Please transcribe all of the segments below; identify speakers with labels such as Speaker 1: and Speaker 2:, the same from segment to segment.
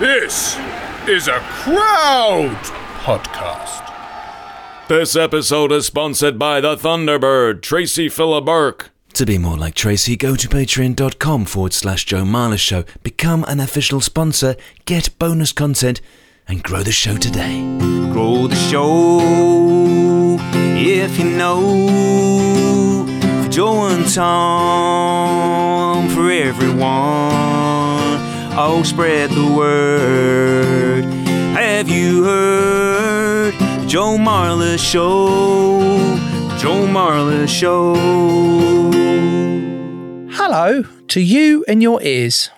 Speaker 1: This is a crowd podcast. This episode is sponsored by the Thunderbird, Tracy Philiburk.
Speaker 2: To be more like Tracy, go to patreon.com forward slash Joe Marler Show, become an official sponsor, get bonus content, and grow the show today.
Speaker 3: grow the show if you know for Joe and Tom for everyone oh spread the word have you heard The Joe Marla show The Joe Marla show
Speaker 4: Hello to you and your ears.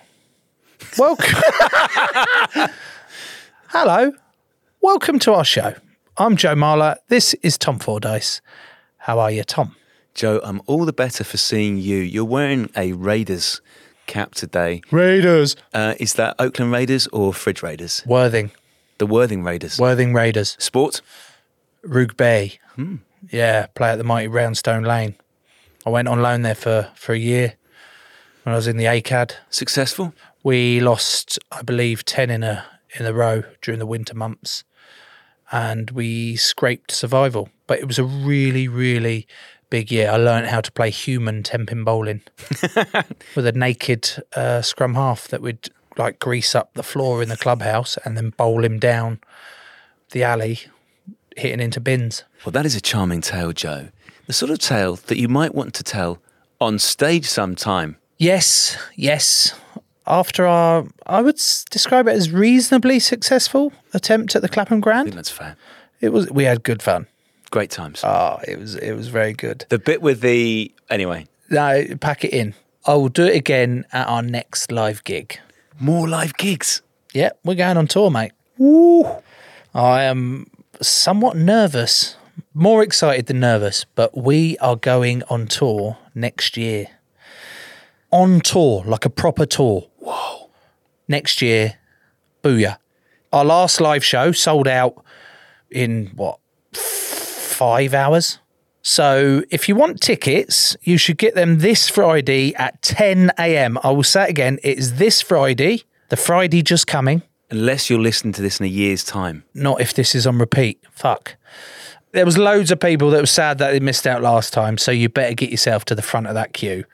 Speaker 4: Welcome. Hello. Welcome to our show. I'm Joe Marler. This is Tom Fordyce. How are you, Tom?
Speaker 3: Joe I'm all the better for seeing you you're wearing a Raiders cap today
Speaker 4: Raiders.
Speaker 3: uh, is that Oakland Raiders or Fridge Raiders
Speaker 4: Worthing.
Speaker 3: The Worthing Raiders.
Speaker 4: Worthing Raiders.
Speaker 3: Sport.
Speaker 4: Rugby. Yeah, play at the mighty Roundstone Lane. I went on loan there for, for a year when I was in the ACAD.
Speaker 3: Successful.
Speaker 4: we lost i believe 10 in a in a row during the winter months and we scraped survival but it was a really really big year i learned how to play human temping bowling with a naked uh, scrum half that would like grease up the floor in the clubhouse and then bowl him down the alley hitting into bins
Speaker 3: Well, that is a charming tale, Joe. The sort of tale that you might want to tell on stage sometime.
Speaker 4: Yes, yes. After our, I would s- describe it as reasonably successful attempt at the
Speaker 3: I
Speaker 4: Clapham
Speaker 3: think
Speaker 4: Grand.
Speaker 3: that's fair.
Speaker 4: It was. We had good fun.
Speaker 3: Great times.
Speaker 4: Oh, it was. It was very good.
Speaker 3: the bit with the anyway,
Speaker 4: No, pack it in. I will do it again at our next live gig.
Speaker 3: more live gigs.
Speaker 4: Yeah, we're going on tour, mate. Woo! I am somewhat nervous, more excited than nervous, but we are going on tour next year. On tour, like a proper tour. Whoa. Next year, booyah. Our last live show sold out in what, five hours? So if you want tickets, you should get them this Friday at 10 a.m. I will say it again. It's this Friday, the Friday just coming.
Speaker 3: Unless you're listening to this in a year's time.
Speaker 4: Not if this is on repeat. Fuck. There was loads of people that were sad that they missed out last time, so you better get yourself to the front of that queue.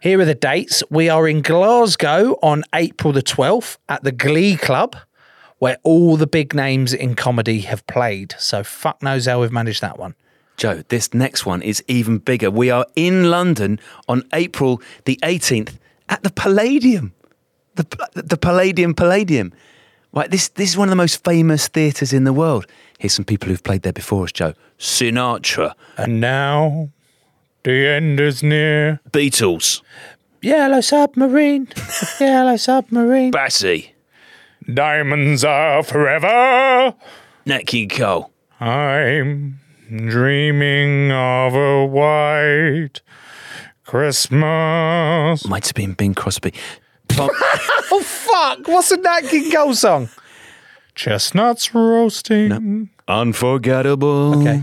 Speaker 4: Here are the dates. We are in Glasgow on April the 12th at the Glee Club, where all the big names in comedy have played. So fuck knows how we've managed that one.
Speaker 3: Joe, this next one is even bigger. We are in London on April the 18th at the Palladium. The, the Palladium Palladium. Right, this, this is one of the most famous theatres in the world. Here's some people who've played there before us, Joe. Sinatra,
Speaker 4: And now the end is near.
Speaker 3: Beatles,
Speaker 4: Yellow submarine, yellow submarine.
Speaker 3: Batty,
Speaker 4: Diamonds are forever.
Speaker 3: Nat King Cole.
Speaker 4: I'm dreaming of a white Christmas.
Speaker 3: Might have been Bing Crosby. Tom,
Speaker 4: Oh fuck! What's a Nat King Cole song? Chestnuts roasting,
Speaker 3: unforgettable. Okay.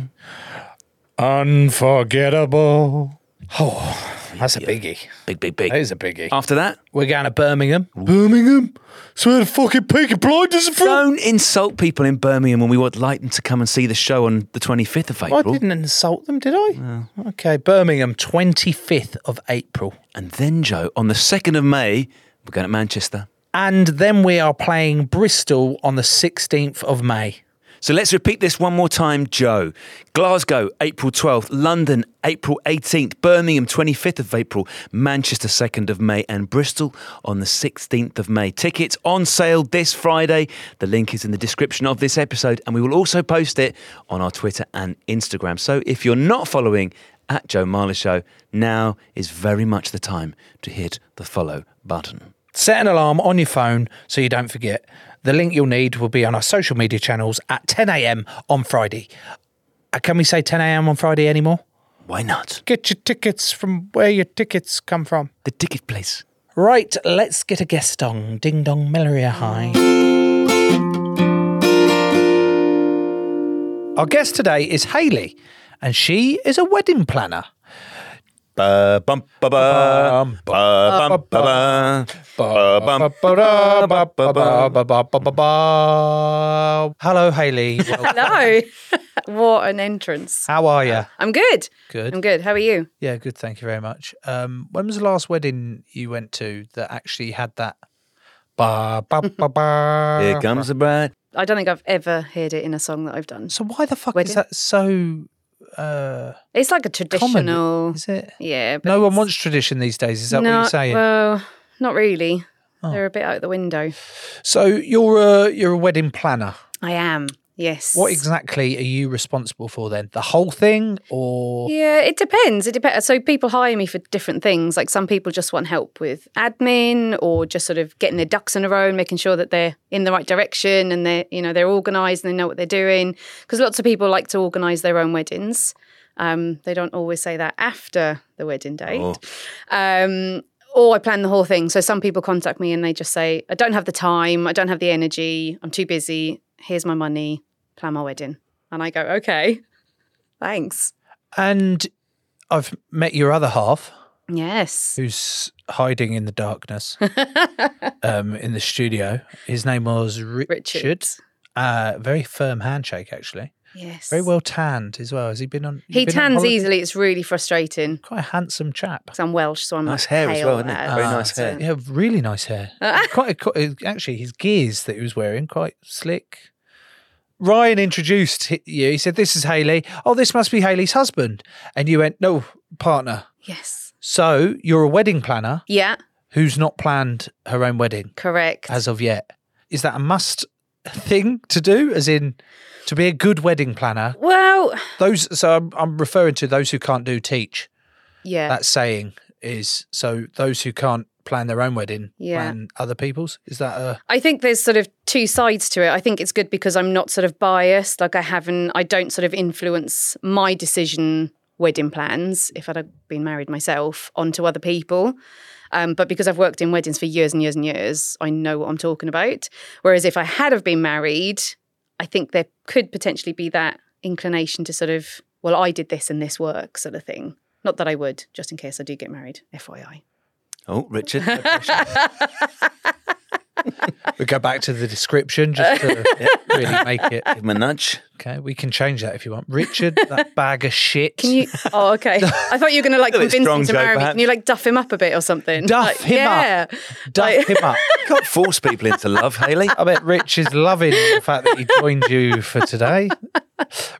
Speaker 4: unforgettable. Oh, that's a biggie.
Speaker 3: Big, big, big.
Speaker 4: That is a biggie.
Speaker 3: After that,
Speaker 4: We're going to Birmingham. Birmingham. That's where the fucking Peaky Blinders are
Speaker 3: don't insult people in Birmingham when we would like them to come and see the show on the 25th of April.
Speaker 4: I didn't insult them, did I? Okay, Birmingham, 25th of April.
Speaker 3: And then, Joe, on the 2nd of May, we're going to Manchester.
Speaker 4: And then we are playing Bristol on the 16th of May.
Speaker 3: So let's repeat this one more time, Joe. Glasgow, April 12th. London, April 18th. Birmingham, 25th of April. Manchester, 2nd of May. And Bristol on the 16th of May. Tickets on sale this Friday. The link is in the description of this episode. And we will also post it on our Twitter and Instagram. So if you're not following at Joe Marler Show, now is very much the time to hit the follow button.
Speaker 4: Set an alarm on your phone so you don't forget. The link you'll need will be on our social media channels at 10 a.m. on Friday. Uh, Can we say 10 a.m. on Friday anymore?
Speaker 3: Why not?
Speaker 4: Get your tickets from where your tickets come from.
Speaker 3: The ticket place.
Speaker 4: Right, let's get a guest on. Ding dong, Malaria High. Our guest today is Haley, and she is a wedding planner.
Speaker 3: Ba bum ba ba ba bum ba ba ba bum ba ba ba ba.
Speaker 4: Hello, Haley. Well,
Speaker 5: Hello. what an entrance.
Speaker 4: How are you?
Speaker 5: I'm good.
Speaker 4: Good.
Speaker 5: I'm good. How are you?
Speaker 4: Yeah, good. Thank you very much. Um, when was the last wedding you went to that actually had that? Ba, ba, ba, ba.
Speaker 3: Here comes the bride.
Speaker 5: I don't think I've ever heard it in a song that I've done.
Speaker 4: So why the fuck is
Speaker 5: Wedding?
Speaker 4: that so uh,
Speaker 5: It's like a
Speaker 4: common?
Speaker 5: traditional.
Speaker 4: Is it?
Speaker 5: Yeah. But
Speaker 4: No one
Speaker 5: it's-
Speaker 4: wants tradition these days. Is that what you're
Speaker 5: No,
Speaker 4: saying? Oh.
Speaker 5: Well, not really. They're a bit out the window.
Speaker 4: so you're a you're a wedding planner.
Speaker 5: I am. Yes.
Speaker 4: What exactly are you responsible for then? The whole thing, or
Speaker 5: Yeah, it depends. It depends. So people hire me for different things. Like some people just want help with admin or just sort of getting their ducks in a row and making sure that they're in the right direction and they're you know they're organised and they know what they're doing. Because lots of people like to organise their own weddings. Um, they don't always say that after the wedding date. Um, or I plan the whole thing. So some people contact me and they just say, I don't have the time, I don't have the energy, I'm too busy, here's my money, plan my wedding. And I go, okay, thanks.
Speaker 4: and I've met your other half,
Speaker 5: Yes.
Speaker 4: who's hiding in the darkness um, in the studio. His name was Richard.
Speaker 5: Richard.
Speaker 4: Uh, very firm handshake, actually.
Speaker 5: Yes.
Speaker 4: Very well tanned as well. Has he been on? you
Speaker 5: He
Speaker 4: been on
Speaker 5: tans
Speaker 4: holiday?
Speaker 5: easily. It's really frustrating.
Speaker 4: Quite a handsome chap.
Speaker 5: 'Cause I'm Welsh, so I'm
Speaker 3: Nice
Speaker 5: like
Speaker 3: hair as
Speaker 5: pale
Speaker 3: well, isn't it?
Speaker 5: as-
Speaker 3: Very nice hair.
Speaker 4: Yeah, really nice hair. quite a, quite- actually, his gears that he was wearing quite slick. Ryan introduced hi- you. He said, "This is Haley. Oh, this must be Haley's husband." And you went, "No, partner."
Speaker 5: Yes.
Speaker 4: So you're a wedding planner
Speaker 5: Yeah.
Speaker 4: who's not planned her own wedding
Speaker 5: Correct.
Speaker 4: as of yet. Is that a must thing to do? As in, to be a good wedding planner,
Speaker 5: well,
Speaker 4: those. So I'm, I'm referring to those who can't do teach.
Speaker 5: yeah.
Speaker 4: That saying is so those who can't plan their own wedding
Speaker 5: Yeah.
Speaker 4: plan other people's. Is that a
Speaker 5: I think there's sort of two sides to it. I think it's good because I'm not sort of biased. Like I haven't, I don't sort of influence my decision wedding plans if I'd have been married myself onto other people. Um, but because I've worked in weddings for years and years and years, I know what I'm talking about. Whereas if I had have been married, I think there could potentially be that inclination to sort of, well, I did this and this work sort of thing. Not that I would, just in case I do get married, FYI.
Speaker 3: Oh, Richard.
Speaker 4: We go back to the description just to really make it.
Speaker 3: Give him a nudge.
Speaker 4: Okay, we can change that if you want. Richard, that bag of shit.
Speaker 5: Can you? Oh, okay. I thought you were going to like
Speaker 3: A bit
Speaker 5: convince him to
Speaker 3: strong
Speaker 5: marry
Speaker 3: joke,
Speaker 5: me.
Speaker 3: perhaps.
Speaker 5: Can you like duff him up a bit or something?
Speaker 4: Duff
Speaker 5: Like,
Speaker 4: him up.
Speaker 5: yeah.
Speaker 4: duff
Speaker 5: like-
Speaker 4: him up?
Speaker 3: You can't force people into love, Haley.
Speaker 4: I bet Rich is loving the fact that he joined you for today.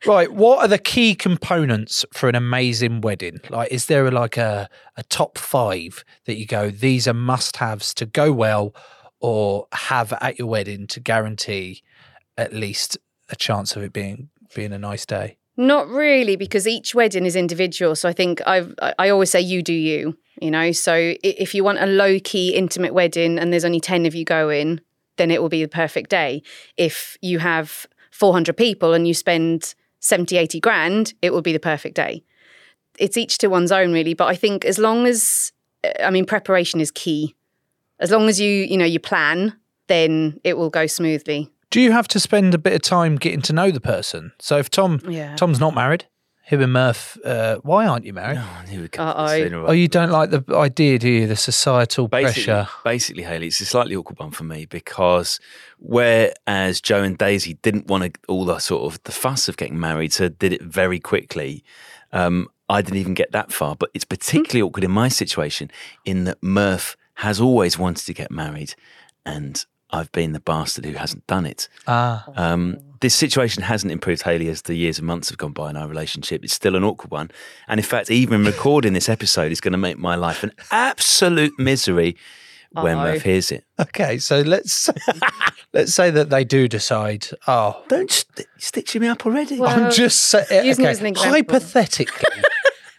Speaker 4: Right, what are the key components for an amazing wedding? Like, is there like a, a top five that you go, these are must haves to go well or have at your wedding to guarantee at least a chance of it being being a nice day?
Speaker 5: Not really, because each wedding is individual. So I think I've, I I always say you do you, you know? So i- if you want a low key, intimate wedding and there's only 10 of you going, then it will be the perfect day. If you have 400 people and you spend 70, 80 grand, it will be the perfect day. It's each to one's own, really. But I think as long as, I mean, preparation is key. As long as you, you know, you plan, then it will go smoothly.
Speaker 4: Do you have to spend a bit of time getting to know the person? So if Tom
Speaker 5: Yeah.
Speaker 4: Tom's not married, him and Murph, uh, why aren't you married?
Speaker 3: Oh, here we come to the
Speaker 5: Uh-oh.
Speaker 3: sooner or
Speaker 4: Oh, you don't like the idea, do you? The societal
Speaker 3: basically,
Speaker 4: pressure.
Speaker 3: Basically, Haley, it's a slightly awkward one for me because whereas Joe and Daisy didn't want to, all the sort of the fuss of getting married, so did it very quickly. Um, I didn't even get that far, but it's particularly awkward in my situation in that Murph has always wanted to get married, and I've been the bastard who hasn't done it.
Speaker 4: Ah,
Speaker 3: Um, this situation hasn't improved, Haley, as the years and months have gone by in our relationship. It's still an awkward one. And in fact, even recording this episode is going to make my life an absolute misery when
Speaker 5: Uh-oh.
Speaker 3: Murph hears it.
Speaker 4: okay. So let's let's say that they do decide. Oh,
Speaker 3: Don't st- stitch me up already.
Speaker 5: Well-
Speaker 4: I'm just say,
Speaker 5: Uh, use me
Speaker 4: okay.
Speaker 5: as an example.
Speaker 4: Hypothetically,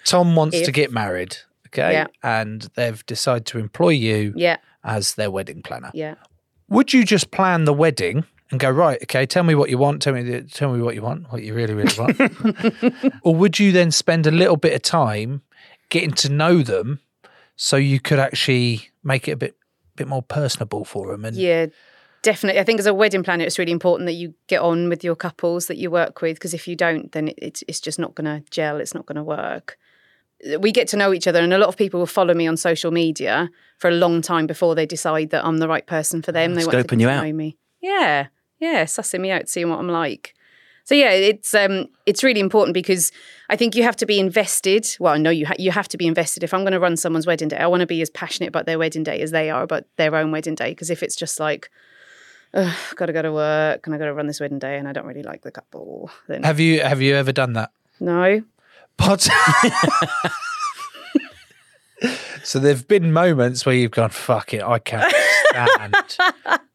Speaker 4: Tom wants to
Speaker 5: If-
Speaker 4: get married. Okay,
Speaker 5: Yeah.
Speaker 4: and they've decided to employ you
Speaker 5: Yeah.
Speaker 4: as their wedding planner.
Speaker 5: Yeah.
Speaker 4: Would you just plan the wedding and go right? Okay, tell me what you want. Tell me, the- tell me what you want. What you really, really want. or would you then spend a little bit of time getting to know them, so you could actually make it a bit, bit more personable for them? And
Speaker 5: Yeah, definitely. I think as a wedding planner, it's really important that you get on with your couples that you work with because if you don't, then it, it's it's just not going to gel. It's not going to work. We get to know each other, and a lot of people will follow me on social media for a long time before they decide that I'm the right person for them. They want to
Speaker 3: Scoping
Speaker 5: get
Speaker 3: you
Speaker 5: to
Speaker 3: out.
Speaker 5: know me. Yeah, yeah, sussing me out, seeing what I'm like. So yeah, it's um, it's really important because I think you have to be invested. Well, no, you ha- you have to be invested. If I'm going to run someone's wedding day, I want to be as passionate about their wedding day as they are about their own wedding day. Because if it's just like, Ugh, got to go to work and I got to run this wedding day and I don't really like the couple, then
Speaker 4: have you have you ever done that?
Speaker 5: no.
Speaker 4: But so there've been moments where you've gone, "Fuck it, I can't stand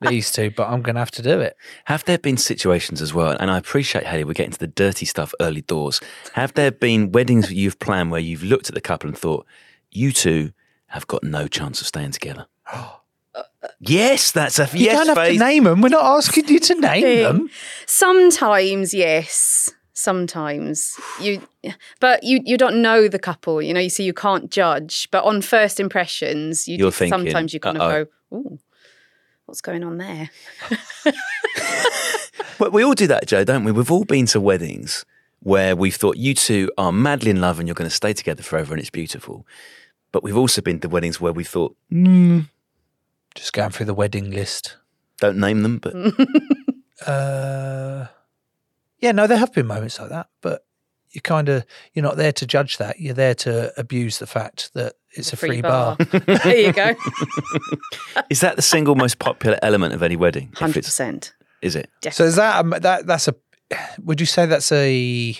Speaker 4: these two, but I'm going to have to do it."
Speaker 3: Have there been situations as well, and I appreciate, Haley, we're getting to the dirty stuff early doors. Have there been weddings that you've planned where you've looked at the couple and thought, you two have got no chance of staying together? yes, that's a f-
Speaker 4: You
Speaker 3: yes
Speaker 4: don't have
Speaker 3: Faith.
Speaker 4: to name them. We're not asking you to name them.
Speaker 5: Sometimes, yes. Sometimes you, but you you don't know the couple. You know, you see, you can't judge. But on first impressions, you
Speaker 3: You're
Speaker 5: do-
Speaker 3: thinking,
Speaker 5: sometimes you kind
Speaker 3: "Uh-oh."
Speaker 5: of go, "Ooh, what's going on there?"
Speaker 3: Well, we all do that, Joe, don't we? We've all been to weddings where we've thought you two are madly in love and you're going to stay together forever and it's beautiful. But we've also been to weddings where we thought, "Mm,
Speaker 4: Just going through the wedding list.
Speaker 3: don't name them, but
Speaker 4: Uh, yeah, no, there have been moments like that, but you kind of you're not there to judge that. You're there to abuse the fact that it's a free, bar.
Speaker 5: there you go.
Speaker 3: is that the single most popular element of any wedding? If
Speaker 5: Hundred
Speaker 3: it's-
Speaker 5: percent.
Speaker 3: Is it?
Speaker 4: So is that um, that that's a? Would you say that's a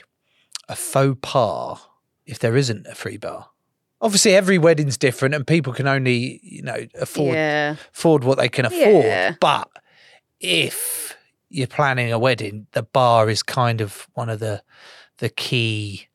Speaker 4: a faux pas if there isn't a free bar? Obviously, every wedding's different, and people can only you know afford
Speaker 5: Yeah.
Speaker 4: afford what they can afford.
Speaker 5: Yeah.
Speaker 4: But if you're planning a wedding, the bar is kind of one of the the key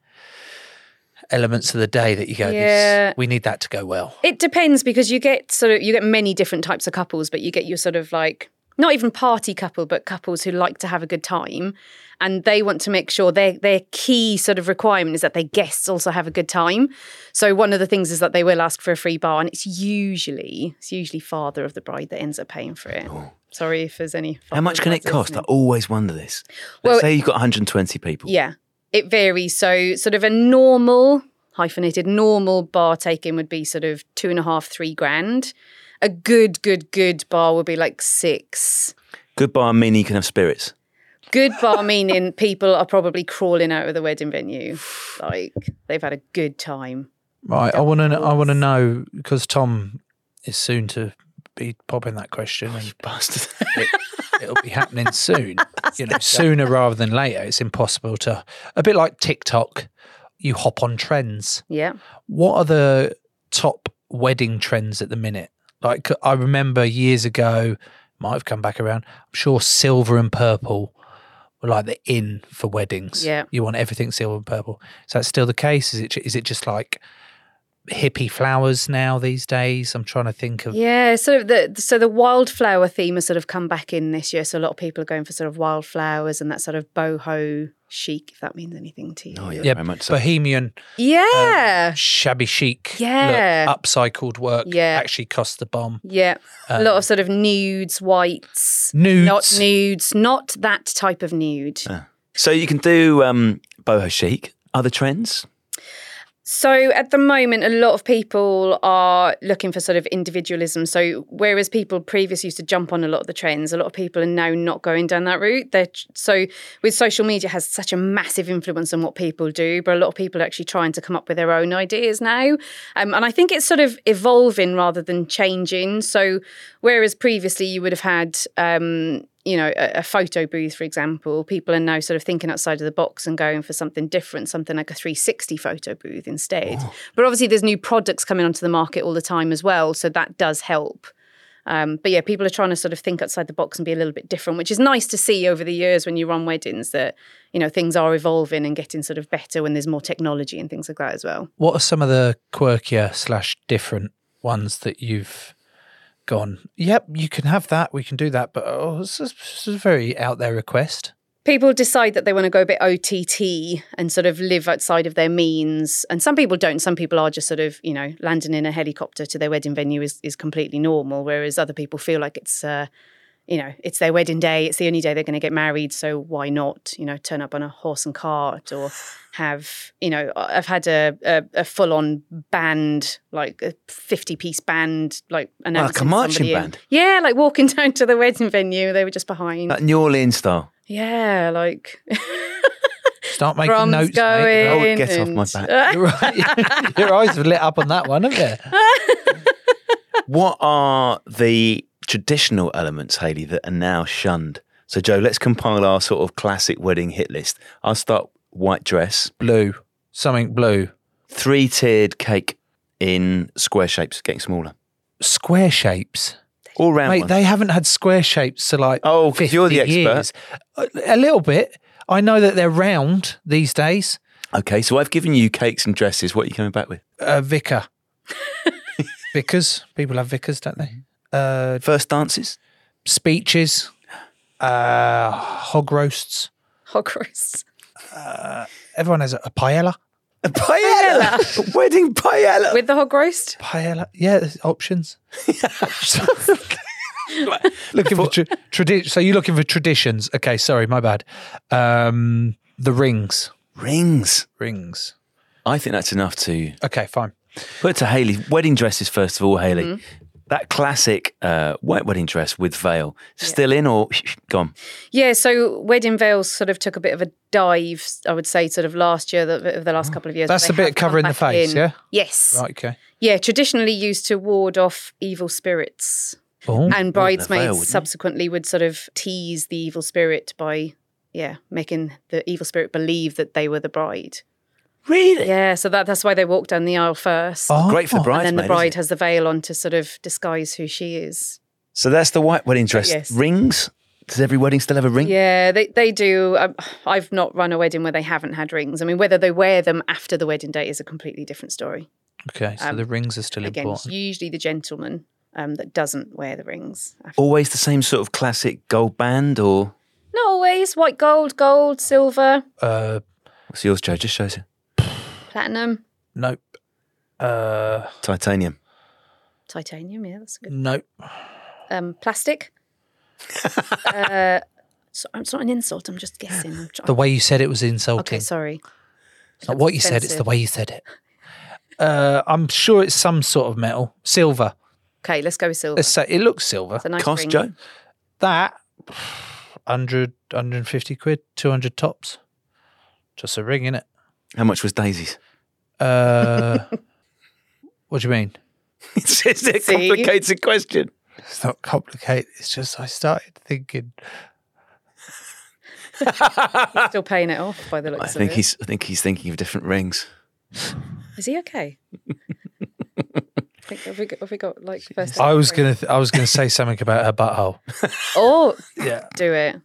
Speaker 4: elements of the day that you go.
Speaker 5: Yeah.
Speaker 4: This, we need that to go well.
Speaker 5: It depends because you get sort of you get many different types of couples, but you get your sort of like not even party couple, but couples who like to have a good time, and they want to make sure their their key sort of requirement is that their guests also have a good time. So one of the things is that they will ask for a free bar, and it's usually it's usually father of the bride that ends up paying for it. Sorry if there's any.
Speaker 3: Oh. How much can it
Speaker 5: fathers out
Speaker 3: cost? I
Speaker 5: there listening.
Speaker 3: always wonder this. Let's
Speaker 5: Well-
Speaker 3: say you've got 120 people.
Speaker 5: Yeah, it varies. So, sort of a normal hyphenated normal bar taking would be sort of two and a half, three grand. A good, good, good bar would be like six.
Speaker 3: Good bar meaning you can have spirits.
Speaker 5: Good bar meaning people are probably crawling out of the wedding venue, like they've had a good time.
Speaker 4: Right. I want to. I want to know because Tom is soon to be popping that question. and
Speaker 3: Bastard.
Speaker 4: it'll be happening soon. you know, sooner rather than later. It's impossible to. A bit like TikTok, you hop on trends.
Speaker 5: Yeah,
Speaker 4: What are the top wedding trends at the minute? Like I remember years ago, might have come back around. I'm sure silver and purple were like the in for weddings.
Speaker 5: Yeah.
Speaker 4: you want everything silver and purple. Is that still the case? Is it is it just like hippie flowers now these days? I'm trying to think of.
Speaker 5: yeah. So the so the wildflower theme has sort of come back in this year. So a lot of people are going for sort of wildflowers and that sort of boho chic, if that means anything to you.
Speaker 3: Oh, yeah,
Speaker 4: Yeah, Um,
Speaker 3: very much so.
Speaker 4: bohemian
Speaker 5: yeah.
Speaker 4: shabby chic,
Speaker 5: Uh, Yeah.
Speaker 4: look, upcycled work
Speaker 5: Yeah.
Speaker 4: actually cost the bomb.
Speaker 5: Yeah, a lot of sort of nudes, whites, not
Speaker 4: Nudes.
Speaker 5: nudes, not that type of nude.
Speaker 3: So you can do um, boho chic. Other trends?
Speaker 5: So at the moment, a lot of people are looking for sort of individualism. So whereas people previously used to jump on a lot of the trends, a lot of people are now not going down that route. They're so with social media has such a massive influence on what people do, but a lot of people are actually trying to come up with their own ideas now. Um, and I think it's sort of evolving rather than changing. So whereas previously you would have had um, you know, a, a photo booth, for example, people are now sort of thinking outside of the box and going for something different, something like a 360 photo booth instead. But obviously, there's new products coming onto the market all the time as well. So that does help. Um, but yeah, people are trying to sort of think outside the box and be a little bit different, which is nice to see over the years when you run weddings that, you know, things are evolving and getting sort of better when there's more technology and things like that as well.
Speaker 4: What are some of the quirkier slash different ones that you've gone, yep, you can have that, we can do that, but oh, this is, this is a very out there request.
Speaker 5: people decide that they want to go a bit OTT and sort of live outside of their means. And some people don't. Some people are just sort of, you know, landing in a helicopter to their wedding venue is, is completely normal, whereas other people feel like it's, uh, you know, it's their wedding day. It's the only day they're going to get married. So why not, you know, turn up on a horse and cart or have, you know, I've had a, a, a full on band, like a 50 piece band, like announcing
Speaker 3: marching
Speaker 5: somebody in.
Speaker 3: band?
Speaker 5: Yeah, like walking down to the wedding venue. They were just behind.
Speaker 3: Like New Orleans style.
Speaker 5: yeah, like
Speaker 4: Start making
Speaker 5: drums
Speaker 4: notes.
Speaker 5: going.
Speaker 3: Oh, get off my
Speaker 5: and- uh,
Speaker 3: back.
Speaker 4: Mate. Right. Your eyes have lit up on that one, haven't they?
Speaker 3: What are the traditional elements, Haley, that are now shunned? So, Joe, let's compile our sort of classic wedding hit list. I'll start white dress,
Speaker 4: Blue. Something blue.
Speaker 3: three tiered cake in square shapes, getting smaller,
Speaker 4: Square shapes.
Speaker 3: all round.
Speaker 4: Mate,
Speaker 3: ones.
Speaker 4: they haven't had square shapes for like
Speaker 3: Oh, 'cause
Speaker 4: 50
Speaker 3: you're the expert.
Speaker 4: years. A a little bit. I know that they're round these days.
Speaker 3: Okay, so I've given you cakes and dresses. What are you coming back with?
Speaker 4: Uh, vicar. Vicars. People have vicars, don't they?
Speaker 3: Mm-hmm.
Speaker 4: Uh,
Speaker 3: First dances?
Speaker 4: speeches. Uh, hog roasts.
Speaker 5: Hog roasts.
Speaker 4: Everyone has a, a paella.
Speaker 3: A paella! Wedding paella!
Speaker 5: With the hog roast?
Speaker 4: Paella. Yeah, there's options. looking for tra- tradi- So you're looking for traditions. Okay, sorry, my bad. Um, the rings.
Speaker 3: Rings.
Speaker 4: Rings.
Speaker 3: I think that's enough to
Speaker 4: Okay, fine.
Speaker 3: put it to Haley. Wedding dresses, first of all, Haley. That classic uh, white wedding dress with veil. Still in or gone?
Speaker 5: Yeah, so wedding veils sort of took a bit of a dive, I would say, sort of last year, the, of the last couple of years. but
Speaker 4: Oh, That's the
Speaker 5: they
Speaker 4: bit
Speaker 5: have come
Speaker 4: covering the
Speaker 5: back
Speaker 4: face,
Speaker 5: in.
Speaker 4: yeah?
Speaker 5: Yes.
Speaker 4: Right, okay.
Speaker 5: Yeah, traditionally used to ward off evil spirits.
Speaker 4: Oh.
Speaker 5: And
Speaker 3: veil,
Speaker 5: bridesmaids
Speaker 3: wouldn't it?
Speaker 5: subsequently would sort of tease the evil spirit by, yeah, making the evil spirit believe that they were the bride.
Speaker 3: Really?
Speaker 5: Yeah, so that, that's why they walk down the aisle first.
Speaker 4: Oh.
Speaker 3: Great for the
Speaker 5: and
Speaker 3: bridesmaid.
Speaker 5: then the
Speaker 3: isn't
Speaker 5: bride
Speaker 3: it?
Speaker 5: has the veil on to sort of disguise who she is.
Speaker 3: So that's the white wedding dress.
Speaker 5: Yes.
Speaker 3: Rings? Does every wedding still have a ring?
Speaker 5: Yeah, they, they do. Um, I've not run a wedding where they haven't had rings. I mean, whether they wear them after the wedding date is a completely different story.
Speaker 4: Okay, so
Speaker 5: Um,
Speaker 4: the rings are still
Speaker 5: Again, it's
Speaker 4: important.
Speaker 5: usually the gentleman um, that doesn't wear the rings. After.
Speaker 3: Always the same sort of classic gold band or
Speaker 5: Not always. White gold, gold, silver,
Speaker 4: Uh,
Speaker 3: what's yours, Joe? Just shows you.
Speaker 5: platinum,
Speaker 4: nope. Uh,
Speaker 3: Titanium.
Speaker 5: titanium. Yeah, that's good.
Speaker 4: nope.
Speaker 5: Um, plastic. uh, so, it's not an insult. I'm just guessing. I'm trying.
Speaker 4: The way you said it was insulting.
Speaker 5: okay, sorry.
Speaker 4: It's not what you said, it's the
Speaker 5: expensive.
Speaker 4: way you said it. Uh, I'm sure it's some sort of metal. Silver.
Speaker 5: Okay, let's go with silver.
Speaker 4: Let's say it looks silver.
Speaker 5: It's a nice
Speaker 3: Cost,
Speaker 5: ring.
Speaker 3: Joe?
Speaker 4: That 100, 150 quid, 200 tops. Just a ring, innit?
Speaker 3: How much was Daisy's?
Speaker 4: Uh, what do you mean?
Speaker 3: it's just a
Speaker 5: See?
Speaker 3: complicated question.
Speaker 4: It's not complicated. It's just I started thinking.
Speaker 5: Still paying it off by the looks
Speaker 3: I
Speaker 5: of
Speaker 3: think
Speaker 5: it.
Speaker 3: he's I think he's thinking of different rings.
Speaker 5: Is he okay? I think, have, we got, have we got like first?
Speaker 4: I was gonna, th- I was gonna say something about her butthole.
Speaker 5: Oh,
Speaker 4: Yeah.
Speaker 5: do it.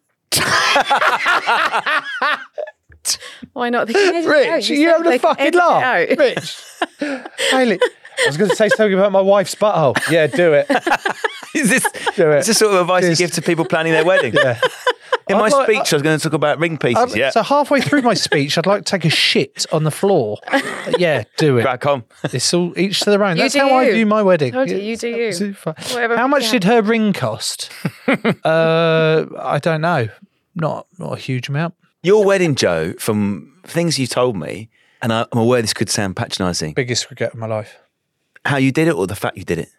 Speaker 5: Why not? They can edit it out.
Speaker 4: Rich, you
Speaker 5: said
Speaker 4: having
Speaker 5: they
Speaker 4: a
Speaker 5: can
Speaker 4: fucking
Speaker 5: edit it
Speaker 4: laugh?
Speaker 5: out.
Speaker 4: Rich, Hayley, I was going to say something about my wife's butthole. Yeah, do it.
Speaker 3: Is this,
Speaker 4: Do it.
Speaker 3: is this sort of advice
Speaker 4: Just-
Speaker 3: you give to people planning their wedding?
Speaker 4: Yeah.
Speaker 3: In my
Speaker 4: I'd like-
Speaker 3: speech, I was going to talk about ring pieces.
Speaker 4: I'd-
Speaker 3: yeah.
Speaker 4: So halfway through my speech, I'd like to take a shit on the floor. Yeah, do it.
Speaker 3: Crack on.
Speaker 4: It's all each to their own.
Speaker 5: You
Speaker 4: That's
Speaker 5: do
Speaker 4: how I
Speaker 5: you.
Speaker 4: view my wedding.
Speaker 5: Told you,
Speaker 4: Yeah,
Speaker 5: you do
Speaker 4: it's
Speaker 5: you.
Speaker 4: absolutely fine.
Speaker 5: Whatever
Speaker 4: How
Speaker 5: makes
Speaker 4: much
Speaker 5: you
Speaker 4: did her ring cost? uh, I don't know. Not not a huge amount.
Speaker 3: Your wedding, Joe, from things you told me, and I- I'm aware this could sound patronising,
Speaker 4: Biggest regret of my life.
Speaker 3: how you did it or the fact you did it.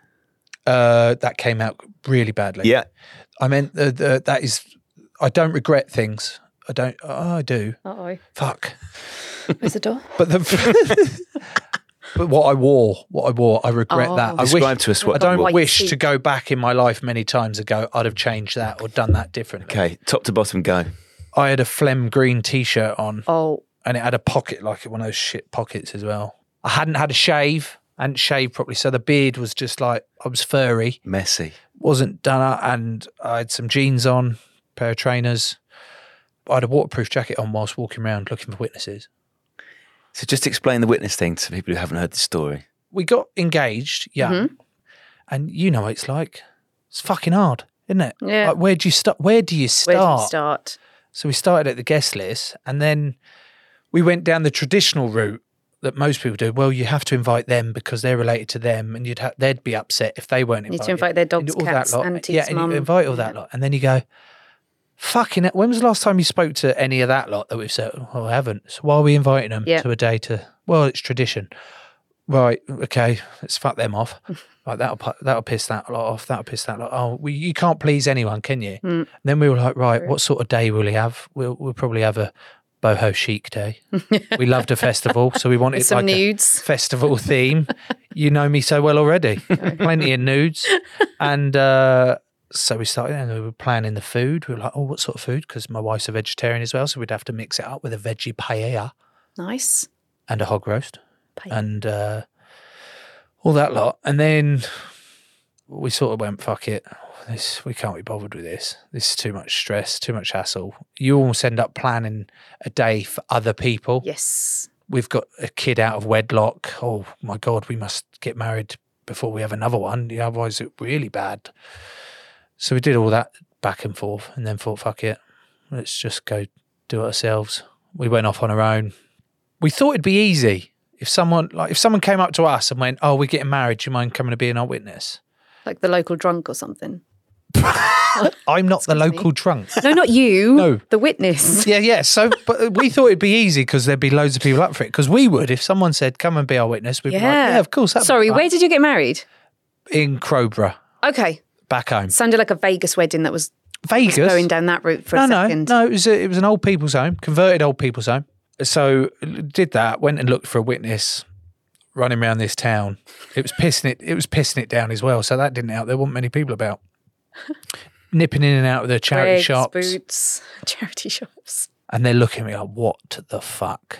Speaker 4: Uh, that came out really badly.
Speaker 3: Yeah.
Speaker 4: I meant uh, the, that is. I don't regret things. I don't. Oh, I do.
Speaker 5: Uh-oh.
Speaker 4: Fuck.
Speaker 5: Where's the door?
Speaker 4: But the. but what I wore, what I wore, I regret that. I
Speaker 3: Describe to us what
Speaker 4: I
Speaker 3: you
Speaker 4: don't
Speaker 3: wore.
Speaker 4: wish
Speaker 5: White
Speaker 4: to
Speaker 5: suit.
Speaker 4: go back in my life many times ago. I'd have changed that or done that differently.
Speaker 3: Okay, top to bottom, go.
Speaker 4: I had a phlegm green t-shirt on,
Speaker 5: Oh,
Speaker 4: and it had a pocket like one of those shit pockets as well. I hadn't had a shave. I hadn't shaved properly, so the beard was just like I was furry,
Speaker 3: Messy.
Speaker 4: wasn't done up, and I had some jeans on, pair of trainers. I had a waterproof jacket on whilst walking around looking for witnesses.
Speaker 3: So just explain the witness thing to people who haven't heard the story.
Speaker 5: Mm-hmm.
Speaker 4: we got engaged, yeah. And you know what it's like. It's fucking hard, isn't it?
Speaker 5: Yeah.
Speaker 4: Like, where do you start? Where do you
Speaker 5: Where
Speaker 4: start?
Speaker 5: do you start?
Speaker 4: So we started at the guest list and then we went down the traditional route that most people do. Well, you have to invite them because they're related to them and you'd ha- they'd be upset if they weren't
Speaker 5: You need
Speaker 4: invited.
Speaker 5: to invite their dogs,
Speaker 4: And all that
Speaker 5: cats,
Speaker 4: lot.
Speaker 5: aunties,
Speaker 4: Yeah, and
Speaker 5: mum.
Speaker 4: you invite all that
Speaker 5: Yeah.
Speaker 4: lot. And then you go, fucking it. When was the last time you spoke to any of that lot that we've said, oh, I haven't. So why are we inviting them
Speaker 5: Yeah.
Speaker 4: to a day to, well, it's tradition. Right, okay, let's fuck them off. Like that'll pu- that'll piss that lot off. That'll piss that lot. Oh, well, you can't please anyone, can you?
Speaker 5: Mm.
Speaker 4: Then we were like, right, what sort of day will he have? We'll, we'll probably have a boho chic day. we loved a festival, so we wanted
Speaker 5: Some
Speaker 4: like a
Speaker 5: nudes.
Speaker 4: festival theme. you know me so well already. Plenty of nudes, and uh, so we started and we were planning the food. We were like, oh, what sort of food? Because my wife's a vegetarian as well, so we'd have to mix it up with a veggie paella
Speaker 5: Nice.
Speaker 4: and a hog roast
Speaker 5: Paella.
Speaker 4: and uh, all that lot. And then we sort of went, fuck it. This we can't be bothered with this. This is too much stress, too much hassle. You almost end up planning a day for other people.
Speaker 5: Yes.
Speaker 4: We've got a kid out of wedlock. Oh my god, we must get married before we have another one. Yeah, otherwise it's really bad. So we did all that back and forth and then thought, fuck it. Let's just go do it ourselves. We went off on our own. We thought it'd be easy. If someone like if someone came up to us and went, Oh, we're getting married, do you mind coming and being our witness?
Speaker 5: Like the local drunk or something.
Speaker 4: I'm not the
Speaker 5: Excuse me?
Speaker 4: local drunk.
Speaker 5: No, not you.
Speaker 4: No.
Speaker 5: The witness.
Speaker 4: Yeah, yeah. So, but we thought it'd be easy because there'd be loads of people up for it. Because we would, if someone said, "Come and be our witness," we'd
Speaker 5: Yeah.
Speaker 4: be like, "Yeah, of course." that'd be
Speaker 5: Sorry,
Speaker 4: fun."
Speaker 5: where did you get married?
Speaker 4: in Crowborough,
Speaker 5: Okay.
Speaker 4: back home,
Speaker 5: Sounded like a Vegas wedding that was
Speaker 4: Vegas.
Speaker 5: going down that route for
Speaker 4: no,
Speaker 5: a
Speaker 4: no,
Speaker 5: second.
Speaker 4: no. It was a, it was an old people's home, converted old people's home. So did that. Went and looked for a witness. Running around this town, it was pissing it. It was pissing it down as well. So that didn't help. There weren't many people about. Nipping in and out of the charity
Speaker 5: Greg's,
Speaker 4: shops.
Speaker 5: boots, charity shops.
Speaker 4: And they're looking at me like, what the fuck?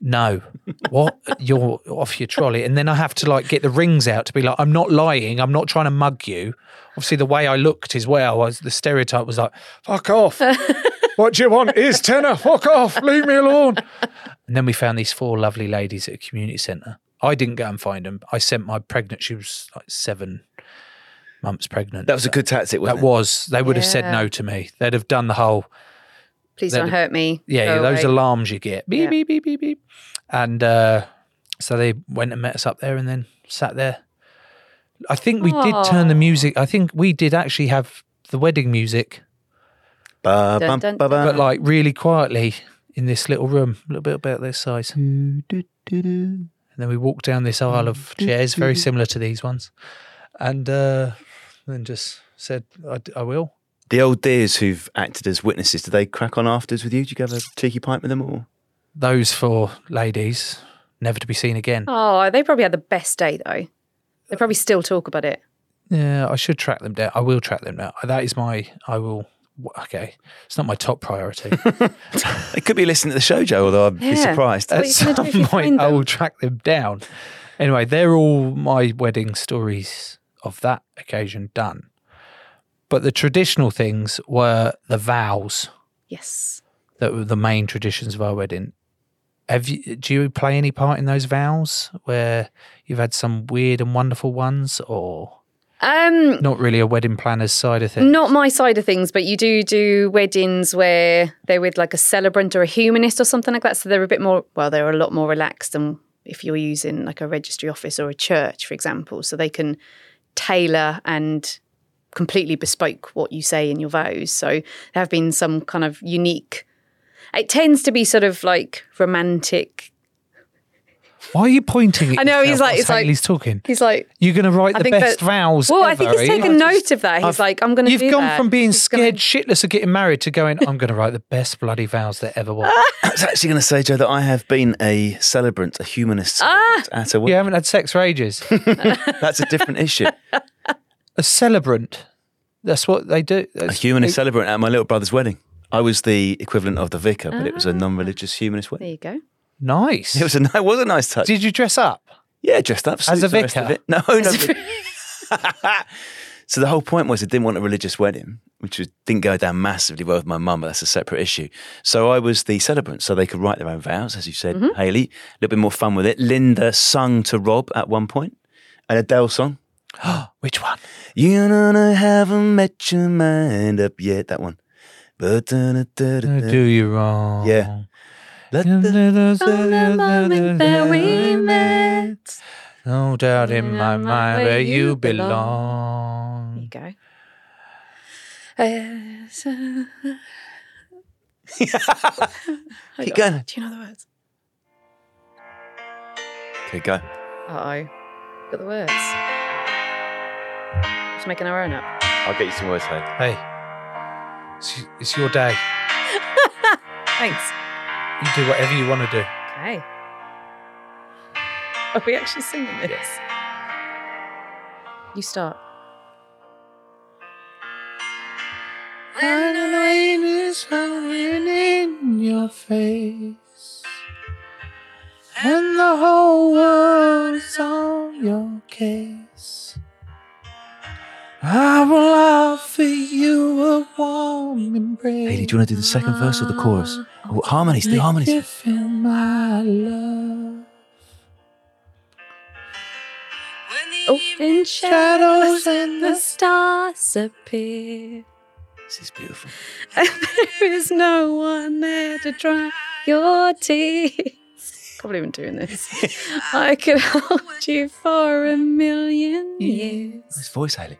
Speaker 4: no, what? You're off your trolley. And then I have to like get the rings out to be like, I'm not lying. I'm not trying to mug you. Obviously, the way I looked as well, I was, the stereotype was like, fuck off. what do you want? Here's tenner. Fuck off. Leave me alone. And then we found these four lovely ladies at a community centre. I didn't go and find them. I sent my pregnant, she was like seven months pregnant.
Speaker 3: That was a good tactic,
Speaker 4: that
Speaker 3: wasn't it?
Speaker 4: was, they would have said
Speaker 5: Yeah.
Speaker 4: no to me. They'd have done the whole,
Speaker 5: Please
Speaker 4: They'd-
Speaker 5: don't hurt me.
Speaker 4: yeah,
Speaker 5: Go
Speaker 4: those
Speaker 5: away.
Speaker 4: alarms you get. Beep,
Speaker 5: Yeah.
Speaker 4: beep, beep, beep, beep. And uh, so they went and met us up there and then sat there. I think we did turn the music. I think we did actually have the wedding music,
Speaker 3: Ba,
Speaker 5: Dun,
Speaker 3: bum,
Speaker 5: dun,
Speaker 3: ba,
Speaker 5: dun.
Speaker 3: bum.
Speaker 4: but like really quietly in this little room, a little bit about this size. And then we walked down this aisle of chairs, very similar to these ones. And uh, then just said, I, d- I will.
Speaker 3: The old dears who've acted as witnesses, do they crack on afterwards with you? Do you go have a cheeky pint with them or?
Speaker 4: Those four ladies, never to be seen again.
Speaker 5: Oh, they probably had the best day though. They probably still talk about it.
Speaker 4: Yeah, I should track them down. I will track them down. That is my. I will. w- Okay, it's not my top priority.
Speaker 3: They could be listening to the show, Joe, although I'd be
Speaker 5: Yeah.
Speaker 3: surprised.
Speaker 5: What are you gonna do if you find
Speaker 4: I
Speaker 5: them?
Speaker 4: will track them down. Anyway, they're all my wedding stories of that occasion done. But the traditional things were the vows
Speaker 5: Yes.
Speaker 4: that were the main traditions of our wedding. Have you, do you play any part in those vows where you've had some weird and wonderful ones, or
Speaker 5: Um,
Speaker 4: not really a wedding planner's side of things?
Speaker 5: not my side of things, but you do do weddings where they're with like a celebrant or a humanist or something like that. So they're a bit more, well, they're a lot more relaxed than if you're using like a registry office or a church, for example. So they can tailor and completely bespoke what you say in your vows. So there have been some kind of unique. It tends to be sort of like romantic.
Speaker 4: Why are you pointing? At
Speaker 5: I know, he's
Speaker 4: yourself
Speaker 5: like-
Speaker 4: whilst
Speaker 5: he's like-
Speaker 4: Haley's talking.
Speaker 5: He's like,
Speaker 4: You're going to write
Speaker 5: I
Speaker 4: the
Speaker 5: think
Speaker 4: best
Speaker 5: that-
Speaker 4: vows.
Speaker 5: Well, I
Speaker 4: ever,
Speaker 5: think he's
Speaker 4: eh?
Speaker 5: taken
Speaker 4: I just-
Speaker 5: note of that. He's
Speaker 4: I've-
Speaker 5: like, I'm going to.
Speaker 4: You've
Speaker 5: do
Speaker 4: gone
Speaker 5: that.
Speaker 4: from being
Speaker 5: He's gonna-
Speaker 4: scared shitless of getting married to going, I'm going to write the best bloody vows there ever was.
Speaker 3: I was actually going to say, Joe, that I have been a celebrant, a humanist
Speaker 5: Ah!
Speaker 3: celebrant at a
Speaker 4: you
Speaker 3: wedding.
Speaker 4: haven't had sex for ages.
Speaker 3: That's a different issue.
Speaker 4: a celebrant. That's what they do.
Speaker 3: A
Speaker 4: That's-
Speaker 3: humanist celebrant at my little brother's wedding. I was the equivalent of the vicar, but it was
Speaker 5: Ah.
Speaker 3: a non-religious humanist
Speaker 5: There
Speaker 3: wedding.
Speaker 5: you go.
Speaker 4: nice.
Speaker 3: It was a ni- it was a nice touch.
Speaker 4: Did you dress up?
Speaker 3: yeah, dressed up
Speaker 4: As a
Speaker 3: suits, the rest of
Speaker 4: vicar?
Speaker 3: it. No, no. so the whole point was I didn't want a religious wedding, which was, didn't go down massively well with my mum, but that's a separate issue. So I was the celebrant, so they could write their own vows, as you said,
Speaker 4: Mm-hmm.
Speaker 3: Haley. A little bit more fun with it. Linda sung to Rob at one point, an Adele song.
Speaker 4: Which one?
Speaker 3: You know I haven't met your mind up yet. That one. But
Speaker 4: Do you wrong?
Speaker 3: Yeah. Let
Speaker 4: From
Speaker 3: the-
Speaker 5: the moment that we met.
Speaker 4: No doubt in my
Speaker 5: Remember
Speaker 4: mind where
Speaker 5: where
Speaker 4: you
Speaker 5: you There
Speaker 4: belong.
Speaker 5: you go. Uh, so- Hold
Speaker 3: Keep
Speaker 5: on.
Speaker 3: going.
Speaker 5: Do you know the words?
Speaker 3: Okay, go.
Speaker 5: Uh oh. Got the words. Just making our own up.
Speaker 3: I'll get you some words later.
Speaker 4: Hey, it's, it's your day.
Speaker 5: Thanks.
Speaker 4: You do whatever you want to do.
Speaker 5: Okay. Are we actually singing this? You start.
Speaker 4: When the rain is hanging in your face, and the whole world's on your case, I will offer you a warm embrace.
Speaker 3: Haley, do you want to do the second verse or the chorus? Oh, harmonies, the harmonies.
Speaker 4: If in my love
Speaker 5: Oh, in shadows and the stars appear.
Speaker 3: This is beautiful.
Speaker 5: And there is no one there to dry your tears. Can't believe I'm doing this. I could hold you for a million years.
Speaker 3: Nice voice, Haley.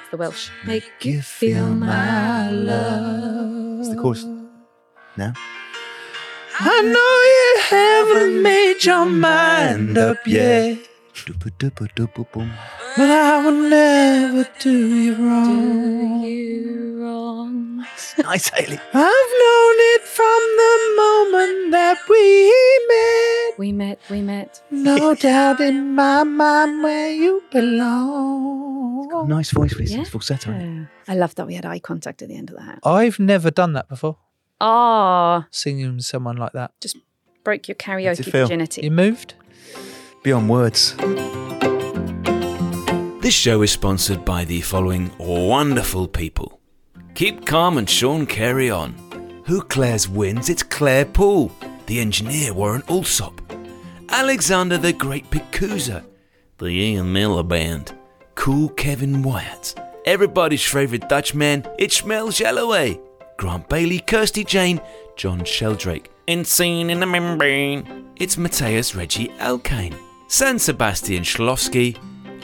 Speaker 5: It's the Welsh. Make you feel my love.
Speaker 3: It's the chorus. No?
Speaker 4: I know you haven't made your mind up yet,
Speaker 3: Doo-ba-doo-ba-doo-ba-boom.
Speaker 4: but I will never do you wrong.
Speaker 5: You wrong.
Speaker 3: Nice, Haley.
Speaker 4: I've known it from the moment that we
Speaker 5: We met, we met.
Speaker 4: met. No doubt in my mind where you belong.
Speaker 3: Nice voice when he sings
Speaker 5: Yeah.
Speaker 3: falsetto. isn't it?
Speaker 5: Yeah. I love that we had eye contact at the end of that.
Speaker 4: I've never done that before,
Speaker 5: Ah,
Speaker 4: singing with someone like that.
Speaker 5: broke your
Speaker 3: it
Speaker 5: karaoke
Speaker 3: feel?
Speaker 5: virginity.
Speaker 4: moved?
Speaker 3: Beyond words.
Speaker 2: This show is sponsored by the following wonderful people Keep Calm and Sean Carry On. Who Claire's wins? It's Claire Poole. The engineer Warren Alsop. Alexander the Great Picuza. The Ian Miller Band. Cool Kevin Wyatt. Everybody's favourite Dutchman, it's Schmel Jalloway. Grant Bailey, Kirsty Jane, John Sheldrake. Insane in the membrane. It's Mateus Reggie Alkane. San Sebastian Schlofsky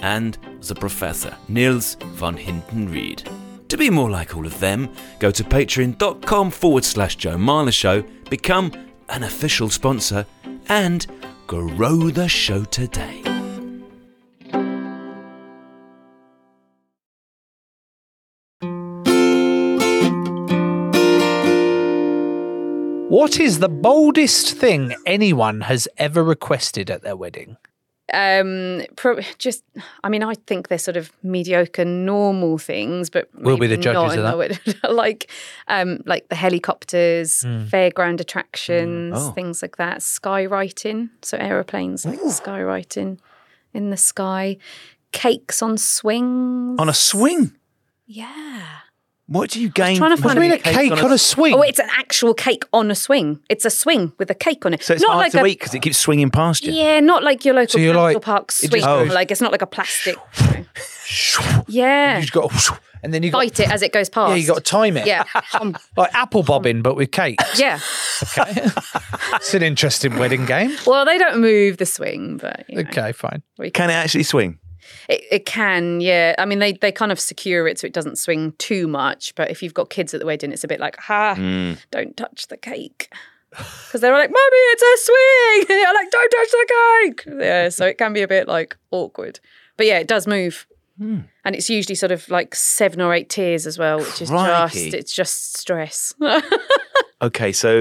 Speaker 2: and the Professor, Niels von Hinton Reed. To be more like all of them, go to patreon.com forward slash Joe Marler Show, become an official sponsor, and grow the show today.
Speaker 4: What is the boldest thing anyone has ever requested at their wedding?
Speaker 5: Um, pro- just, I mean, I think they're sort of mediocre, normal things, but
Speaker 4: We'll be
Speaker 5: maybe
Speaker 4: the judges of
Speaker 5: not, and I would- like, um, like the helicopters,
Speaker 4: Hmm.
Speaker 5: fairground attractions,
Speaker 3: Oh.
Speaker 5: things like that. Skywriting, so aeroplanes like skywriting in the sky, cakes on swings.
Speaker 3: On a swing.
Speaker 5: yeah.
Speaker 3: What do you gain?
Speaker 5: trying to
Speaker 3: from
Speaker 5: find
Speaker 3: having
Speaker 5: a
Speaker 3: cake on a-
Speaker 4: swing?
Speaker 5: Oh, it's an actual cake on a swing. It's a swing with a cake on it.
Speaker 3: So it's
Speaker 5: not
Speaker 3: hard
Speaker 5: like
Speaker 3: to
Speaker 5: a,
Speaker 3: eat because it keeps swinging past you.
Speaker 5: Yeah, not like your local
Speaker 4: So you're
Speaker 5: national
Speaker 4: like-
Speaker 5: park
Speaker 4: it just
Speaker 5: swing.
Speaker 4: goes-
Speaker 5: Like it's not like a plastic. yeah,
Speaker 4: You've got to, and then you got,
Speaker 5: bite it as it goes past.
Speaker 4: yeah, you got to time it.
Speaker 5: Yeah, um,
Speaker 4: like apple bobbing, but with cake.
Speaker 5: yeah.
Speaker 4: It's an interesting wedding game.
Speaker 5: Well, they don't move the swing, but you know,
Speaker 4: Okay, fine.
Speaker 5: we can,
Speaker 3: Can it actually swing?
Speaker 5: it, it can. Yeah, I mean they they kind of secure it so it doesn't swing too much. But if you've got kids at the wedding, it's a bit like ha,
Speaker 4: Mm.
Speaker 5: don't touch the cake. Because they're like, "Mummy, it's a swing," and you're like, "Don't touch the cake." Yeah, so it can be a bit like awkward. But yeah, it does move,
Speaker 4: Hmm.
Speaker 5: and it's usually sort of like seven or eight tears as well, which is
Speaker 3: Crikey.
Speaker 5: just it's just stress.
Speaker 3: Okay, so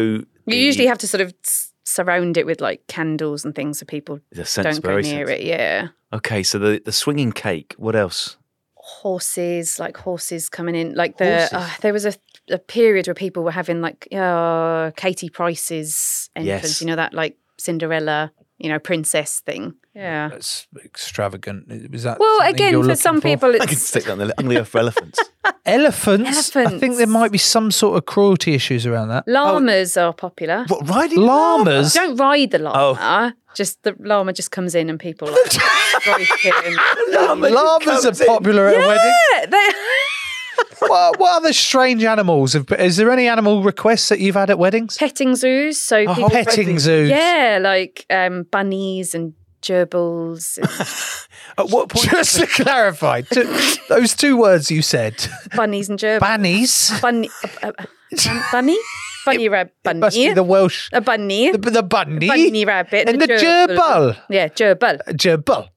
Speaker 5: You usually have to sort of s- surround it with like candles and things so people
Speaker 3: the sense
Speaker 5: don't go
Speaker 3: very
Speaker 5: near
Speaker 3: sense.
Speaker 5: it. Yeah.
Speaker 3: Okay, so the, the swinging cake. What else?
Speaker 5: Horses, like horses coming in. Like the, uh, there was a, a period where people were having like uh, Katie Price's entrance,
Speaker 3: Yes.
Speaker 5: you know, that like Cinderella, you know, princess thing. Yeah.
Speaker 4: That's extravagant. Was that
Speaker 5: Well,
Speaker 4: something
Speaker 5: again,
Speaker 4: you're
Speaker 5: for
Speaker 4: looking
Speaker 5: some people,
Speaker 3: I can
Speaker 5: it's
Speaker 3: stick that on the I'm gonna go for elephants.
Speaker 4: elephants, I think
Speaker 5: Elephants.
Speaker 4: there might be some sort of cruelty issues around that.
Speaker 5: llamas are popular.
Speaker 3: What riding?
Speaker 4: Llamas.
Speaker 5: Don't ride the llama. Just the llama just comes in and people like striking.
Speaker 4: Llamas are popular at a wedding.
Speaker 5: yeah, they-
Speaker 4: What, what other strange animals? Have, is there any animal requests that you've had at weddings?
Speaker 5: petting zoos. So people
Speaker 4: Oh, Petting zoos.
Speaker 5: Yeah, like um, bunnies and gerbils, and
Speaker 3: At what point?
Speaker 4: Just to clarify, to, those two words you said,
Speaker 5: bunnies and gerbils.
Speaker 4: bannies,
Speaker 5: bunny, uh, uh, bun- bunny, bunny rabbit, bunny,
Speaker 4: must be the Welsh,
Speaker 5: a bunny,
Speaker 4: the, the bunny,
Speaker 5: bunny rabbit,
Speaker 4: and the gerbil.
Speaker 5: Yeah, gerbil.
Speaker 4: Gerbil.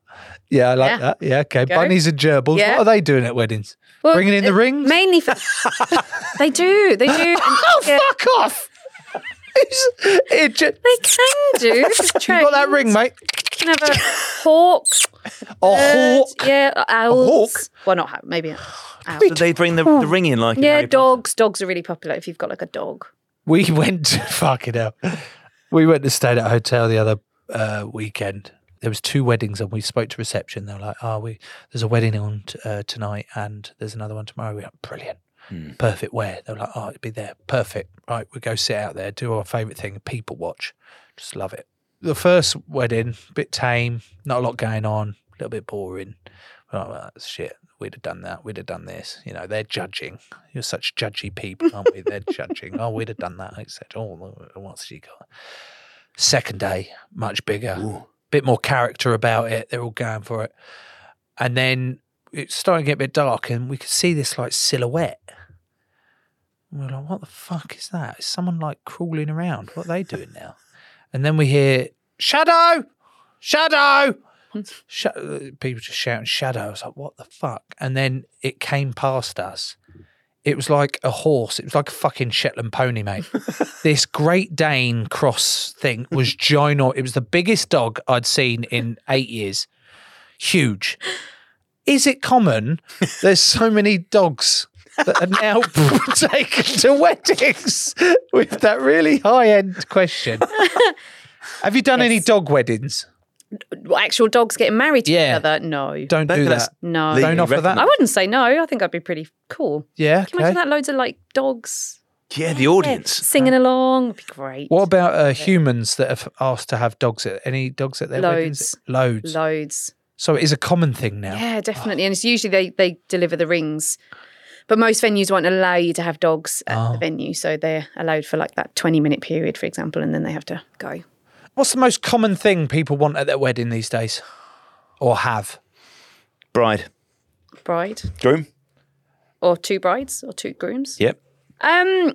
Speaker 4: Yeah, I like
Speaker 5: Yeah.
Speaker 4: that. Yeah, okay.
Speaker 5: Go.
Speaker 4: Bunnies and gerbils.
Speaker 5: Yeah.
Speaker 4: What are they doing at weddings?
Speaker 5: Well,
Speaker 4: Bringing in the
Speaker 5: uh,
Speaker 4: rings?
Speaker 5: mainly for they do, they do. and-
Speaker 4: oh,
Speaker 5: yeah,
Speaker 4: fuck off! It's- it ju-
Speaker 5: They can do.
Speaker 4: you got that ring, mate?
Speaker 5: You can have a hawk.
Speaker 4: A
Speaker 5: bird,
Speaker 4: hawk.
Speaker 5: Yeah, owls.
Speaker 4: hawk?
Speaker 5: Well, not ho- maybe. not Owls.
Speaker 3: Did they bring the, the ring in like in
Speaker 5: Yeah,
Speaker 3: Harry Potter?
Speaker 5: dogs. Dogs are really popular if you've got like a dog.
Speaker 4: We went to fucking hell. We went to stay at a hotel the other uh, weekend. There was two weddings, and we spoke to reception. They were like, "Oh, we there's a wedding on t- uh, tonight, and there's another one tomorrow." We went, "Brilliant, perfect." Where they were like, "Oh, it'd be there, perfect." Right, we go sit out there, do our favorite thing, people watch. Just love it. The first wedding, bit tame, not a lot going on, a little bit boring. We're like, well, that's shit. We'd have done that. We'd have done this. You know, they're judging. You're such judgy people, aren't we? They're judging. Oh, we'd have done that, etc. Oh, look, what's she got? Second day, much bigger, bit more character about it. They're all going for it, and then it's starting to get a bit dark, and we could see this like silhouette. And we're like, what the fuck is that? Is someone like crawling around? What are they doing now? And then we hear shadow, shadow sh- people just shouting shadow. I was like, what the fuck? And then it came past us. It was like a horse. It was like a fucking Shetland pony, mate. this Great Dane cross thing was giant. It was the biggest dog I'd seen in eight years. Huge. Is it common there's so many dogs that are now taken to weddings with that really high end question? Have you done any dog weddings?
Speaker 5: Actual dogs getting married to
Speaker 4: Yeah.
Speaker 5: each other. No,
Speaker 3: Don't
Speaker 4: Don't do
Speaker 3: think
Speaker 4: that.
Speaker 3: that's
Speaker 5: no.
Speaker 4: Don't offer that.
Speaker 5: I wouldn't say no. I think I'd be pretty cool.
Speaker 4: Yeah.
Speaker 5: Can you imagine that? Loads of like dogs
Speaker 3: Yeah, the audience.
Speaker 5: singing along. It'd be great.
Speaker 4: What about uh, humans that have asked to have dogs? At, any dogs at their weddings? Loads.
Speaker 5: Loads.
Speaker 4: So it is a common thing now.
Speaker 5: Yeah, definitely. And it's usually they they deliver the rings, but most venues won't allow you to have dogs at
Speaker 4: Oh.
Speaker 5: the venue, so they're allowed for like that twenty minute period, for example, and then they have to go.
Speaker 4: What's the most common thing people want at their wedding these days, or have?
Speaker 3: Bride.
Speaker 5: Bride
Speaker 3: Groom.
Speaker 5: or two brides or two grooms.
Speaker 3: Yep.
Speaker 5: Um,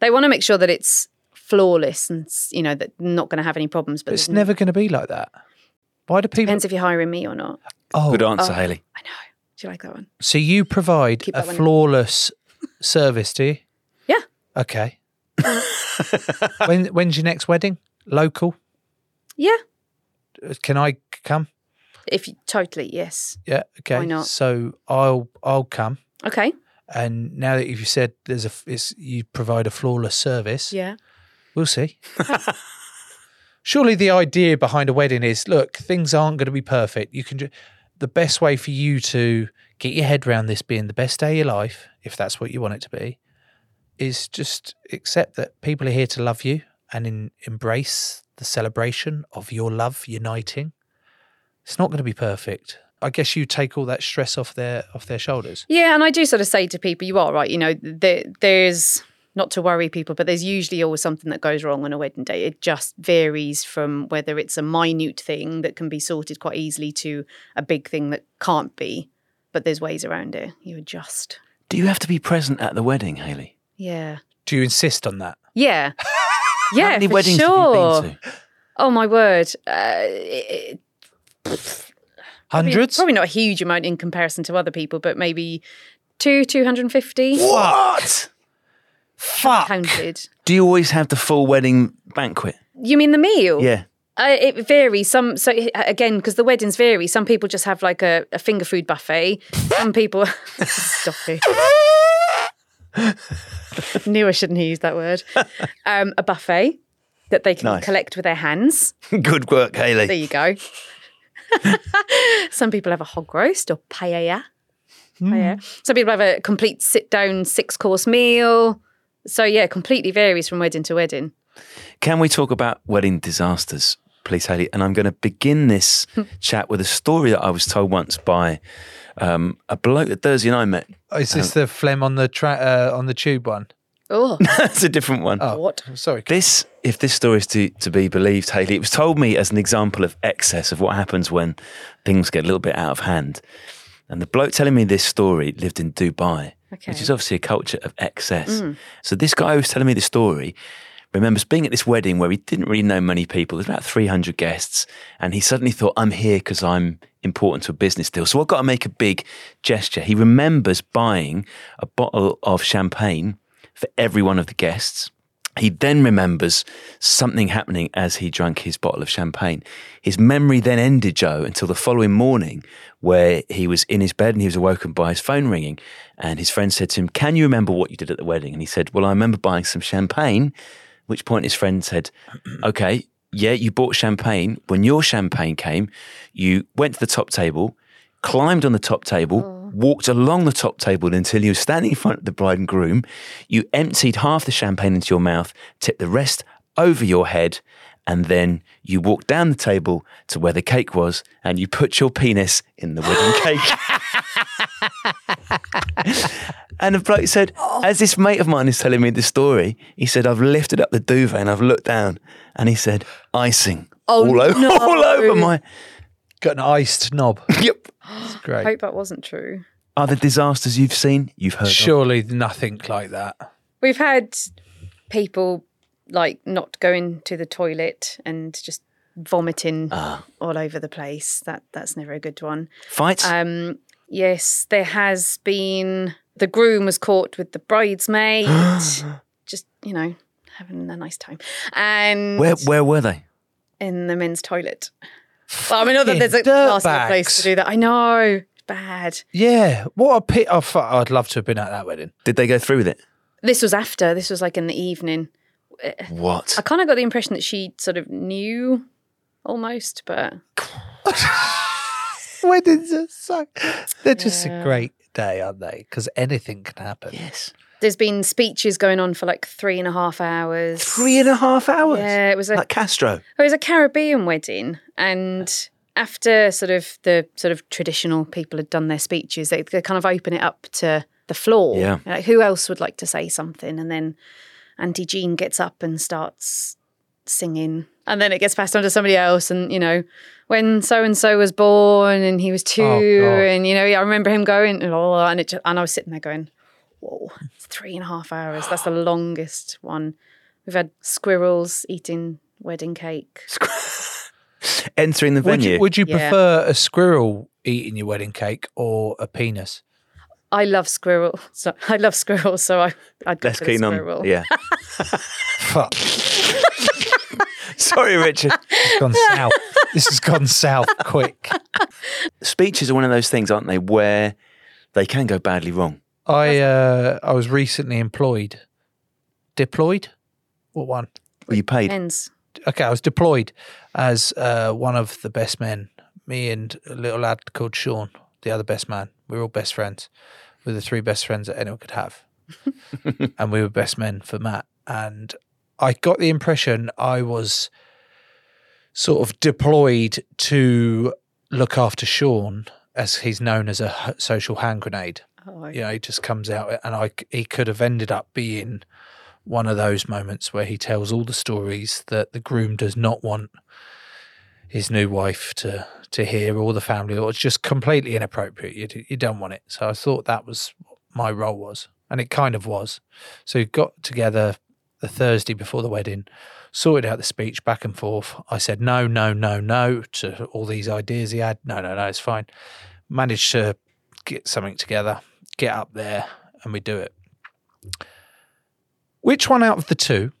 Speaker 5: they want to make sure that it's flawless and s- you know that not going to have any problems. But
Speaker 4: But it's
Speaker 5: there's n-
Speaker 4: never going to be like that. Why do people?
Speaker 5: depends if you're hiring me or not.
Speaker 3: Good
Speaker 5: Oh,
Speaker 3: answer, Haley.
Speaker 5: I know. Do you like that one?
Speaker 4: So you provide
Speaker 5: Keep
Speaker 4: a
Speaker 5: that one.
Speaker 4: flawless service, do you?
Speaker 5: Yeah.
Speaker 4: Okay. when when's your next wedding? Local?
Speaker 5: Yeah.
Speaker 4: Can I come?
Speaker 5: If you totally yes.
Speaker 4: Yeah. Okay.
Speaker 5: not?
Speaker 4: So I'll I'll come.
Speaker 5: Okay.
Speaker 4: And now that you've said there's a, f- it's, you provide a flawless service,
Speaker 5: Yeah.
Speaker 4: we'll see. Surely the idea behind a wedding is: look, things aren't going to be perfect. You can. Ju- the best way for you to get your head around this being the best day of your life, if that's what you want it to be, is just accept that people are here to love you and in, embrace the celebration of your love uniting. It's not going to be perfect. I guess you take all that stress off their off their shoulders.
Speaker 5: Yeah, and I do sort of say to people, you are right. You know, there, there's not to worry people, but there's usually always something that goes wrong on a wedding day. It just varies from whether it's a minute thing that can be sorted quite easily to a big thing that can't be. But there's ways around it. You adjust.
Speaker 3: Do you have to be present at the wedding, Haley?
Speaker 5: Yeah.
Speaker 4: Do you insist on that?
Speaker 5: Yeah. yeah.
Speaker 3: How many
Speaker 5: for
Speaker 3: weddings
Speaker 5: sure.
Speaker 3: have you been to?
Speaker 5: Oh my word. Uh, it- I mean,
Speaker 4: Hundreds?
Speaker 5: probably not a huge amount in comparison to other people, but maybe two, 250.
Speaker 3: What?
Speaker 4: Fuck.
Speaker 5: Counted.
Speaker 3: Do you always have the full wedding banquet?
Speaker 5: You mean the meal?
Speaker 3: Yeah.
Speaker 5: Uh, it varies. Some so uh, again because the weddings vary. Some people just have like a, a finger food buffet. Some people stop it. Knew I shouldn't have used that word. Um, a buffet that they can
Speaker 3: Nice.
Speaker 5: collect with their hands.
Speaker 3: Good work, Haley.
Speaker 5: There you go. Some people have a hog roast or paella. Paella. Some people have a complete sit down six course meal. So yeah, completely varies from wedding to wedding.
Speaker 3: Can we talk about wedding disasters? Police Haley, and I'm going to begin this chat with a story that I was told once by um, a bloke that Thursday and I met.
Speaker 4: Oh, Is this the phlegm on the tra- uh, on the tube one?
Speaker 5: Oh,
Speaker 3: That's a different one.
Speaker 5: what?
Speaker 4: Sorry,
Speaker 3: This, if this story is to, to be believed, Haley, it was told me as an example of excess of what happens when things get a little bit out of hand. And the bloke telling me this story lived in Dubai, which
Speaker 5: Okay.
Speaker 3: is obviously a culture of excess. So this guy who was telling me the story remembers being at this wedding where he didn't really know many people. There's about 300 guests. And he suddenly thought, I'm here because I'm important to a business deal. So I've got to make a big gesture. He remembers buying a bottle of champagne for every one of the guests. He then remembers something happening as he drank his bottle of champagne. His memory then ended, Joe, until the following morning, where he was in his bed and he was awoken by his phone ringing. And his friend said to him, Can you remember what you did at the wedding? And he said, Well, I remember buying some champagne. At which point his friend said, Okay, yeah, you bought champagne. When your champagne came, you went to the top table, climbed on the top table,
Speaker 5: Oh.
Speaker 3: walked along the top table until you were standing in front of the bride and groom. You emptied half the champagne into your mouth, tipped the rest over your head, and then you walked down the table to where the cake was and you put your penis in the wedding cake. And the bloke said,
Speaker 5: Oh.
Speaker 3: as this mate of mine is telling me this story, he said, I've lifted up the duvet and I've looked down and he said, icing
Speaker 5: Oh,
Speaker 3: all, over,
Speaker 5: no.
Speaker 3: all over my.
Speaker 4: got an iced knob.
Speaker 3: Yep.
Speaker 4: It's
Speaker 5: I
Speaker 4: great.
Speaker 5: hope that wasn't true.
Speaker 3: Other disasters you've seen, you've heard of.
Speaker 4: Surely nothing like that.
Speaker 5: We've had people like not going to the toilet and just vomiting all over the place. That that's never a good one.
Speaker 3: Fights?
Speaker 5: Um, yes, there has been. The groom was caught with the bridesmaid, just you know, having a nice time, and
Speaker 3: where, where were they?
Speaker 5: in the men's toilet. Well, I mean, not that there's a
Speaker 4: Fucking dirtbags.
Speaker 5: nasty place to do that. I know, bad.
Speaker 4: Yeah, what a pit! Oh, fuck, I'd love to have been at that wedding.
Speaker 3: Did they go through with it?
Speaker 5: This was after. This was like in the evening.
Speaker 4: Uh,
Speaker 3: What?
Speaker 5: I kind of got the impression that she sort of knew almost, but
Speaker 4: Weddings are so. They're just a great day, aren't they? Because anything can happen.
Speaker 3: Yes.
Speaker 5: there's been speeches going on for like three and a half hours.
Speaker 3: Three and a half hours?
Speaker 5: Yeah, it was a
Speaker 3: Like Castro.
Speaker 5: it was a Caribbean wedding, and after sort of the sort of traditional people had done their speeches, they, they kind of open it up to the floor.
Speaker 3: Yeah.
Speaker 5: Like, who else would like to say something? And then Auntie Jean gets up and starts singing, and then it gets passed on to somebody else. And you know, when so and so was born, and he was two,
Speaker 4: God.
Speaker 5: and you know, I remember him going, and all, and it, just, and I was sitting there going, "Whoa, it's three and a half hours. That's the longest one." We've had squirrels eating wedding cake.
Speaker 3: Entering the
Speaker 4: Would
Speaker 3: venue.
Speaker 4: you, would you
Speaker 5: Yeah.
Speaker 4: prefer a squirrel eating your wedding cake or a penis?
Speaker 5: I love squirrel. So I love squirrels, so I, I'd go
Speaker 3: Less
Speaker 5: for the
Speaker 3: keen
Speaker 5: squirrel.
Speaker 3: on. Yeah.
Speaker 4: Fuck,
Speaker 3: Sorry, Richard.
Speaker 4: it's gone south. This has gone south quick.
Speaker 3: Speeches are one of those things, aren't they, where they can go badly wrong.
Speaker 4: I uh, I was recently employed, deployed. What one?
Speaker 3: Were you paid?
Speaker 5: Hens.
Speaker 4: okay, I was deployed as uh, one of the best men. Me and a little lad called Sean, the other best man. We were all best friends. We were the three best friends that anyone could have. and we were best men for Matt. And I got the impression I was sort of deployed to look after Sean, as he's known as a h- social hand grenade
Speaker 5: Oh,
Speaker 4: you know, he just comes out, eh, and I c- he could have ended up being one of those moments where he tells all the stories that the groom does not want his new wife to to hear, or the family, or it's just completely inappropriate. You, d- you don't want it. So I thought that was what my role was, and it kind of was. So we got together the Thursday before the wedding, sorted out the speech back and forth. I said no, no, no, no to all these ideas he had. No, no, no, it's fine. Managed to get something together, get up there, and we do it. Which one out of the two?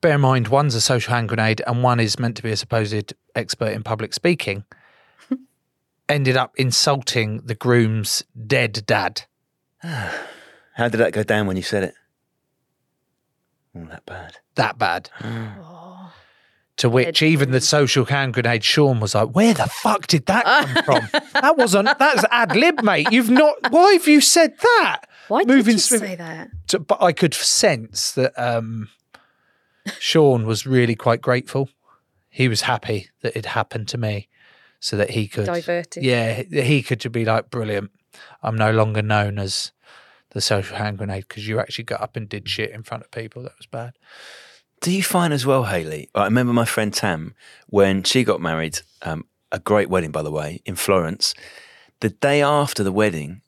Speaker 4: Bear in mind, one's a social hand grenade and one is meant to be a supposed expert in public speaking. ended up insulting the groom's dead dad.
Speaker 3: How did that go down when you said it? Oh, that bad.
Speaker 4: that bad.
Speaker 5: Mm.
Speaker 4: To which even the social hand grenade Sean was like, "Where the fuck did that come from? That wasn't that's ad lib, mate. You've not. Why have you said that?
Speaker 5: Why did you
Speaker 4: swift-
Speaker 5: say that?
Speaker 4: to- but I could sense that um, Sean was really quite grateful. he was happy that it happened to me, so that he could
Speaker 5: Diverted.
Speaker 4: Yeah, he- he could ju- be like, brilliant. I'm no longer known as the social hand grenade because you actually got up and did shit in front of people. That was bad.
Speaker 3: Do you find as well, Haley? I remember my friend Tam when she got married. Um, a great wedding, by the way, in Florence. The day after the wedding,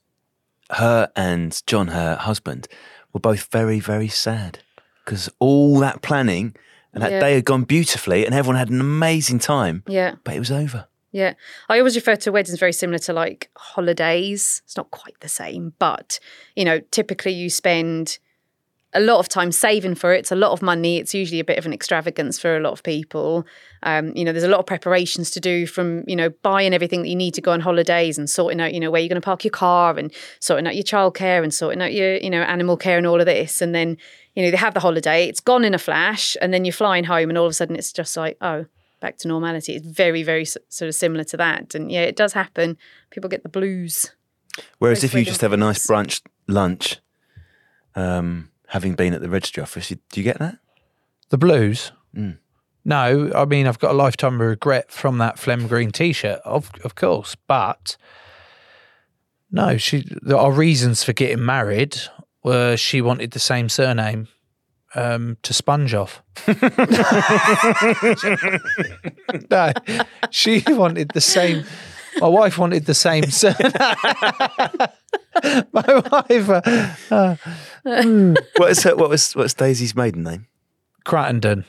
Speaker 3: her and John, her husband, were both very, very sad because all that planning and that
Speaker 5: Yeah.
Speaker 3: day had gone beautifully, and everyone had an amazing time,
Speaker 5: Yeah.
Speaker 3: but it was over.
Speaker 5: Yeah. I always refer to weddings very similar to like holidays. It's not quite the same, but you know, typically you spend a lot of time saving for it. It's a lot of money. It's usually a bit of an extravagance for a lot of people. Um, you know, there's a lot of preparations to do from, you know, buying everything that you need to go on holidays and sorting out, you know, where you're going to park your car and sorting out your childcare and sorting out your, you know, animal care and all of this. And then, you know, they have the holiday, it's gone in a flash, and then you're flying home and all of a sudden it's just like, oh, back to normality. It's very, very s- sort of similar to that. And yeah, it does happen. People get the blues.
Speaker 3: Whereas
Speaker 5: Both
Speaker 3: if you
Speaker 5: wedding
Speaker 3: just have a nice
Speaker 5: plans.
Speaker 3: brunch lunch, um, having been at the registry office, you, do you get that?
Speaker 4: The blues.
Speaker 3: Mm.
Speaker 4: No, I mean I've got a lifetime of regret from that phlegm green T-shirt, of of course. But no, she. the- Our reasons for getting married were she wanted the same surname um, to sponge off. no, she wanted the same. My wife wanted the same surname. my wife, uh, uh,
Speaker 3: what is her, what was what's Daisy's maiden name?
Speaker 4: Crattenden.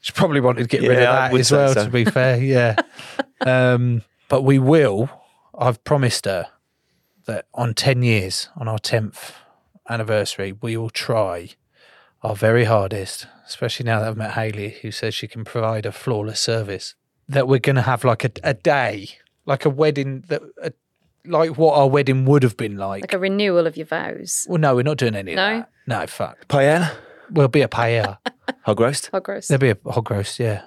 Speaker 4: She probably wanted to get rid of
Speaker 3: Yeah, I
Speaker 4: that
Speaker 3: would
Speaker 4: as
Speaker 3: say
Speaker 4: well,
Speaker 3: so.
Speaker 4: to be fair. Yeah. um, but we will. I've promised her that on 10 years, on our 10th anniversary, we will try our very hardest, especially now that I've met Haley, who says she can provide a flawless service, that we're going to have like a, a day, like a wedding that. A, like what our wedding would have been like.
Speaker 5: Like a renewal of your vows.
Speaker 4: Well, no, we're not doing any
Speaker 5: No?
Speaker 4: of that. No, fuck.
Speaker 3: Paella,
Speaker 4: We'll be a paella.
Speaker 3: hog roast.
Speaker 5: How Oh, gross.
Speaker 4: There'll be a hog roast, yeah.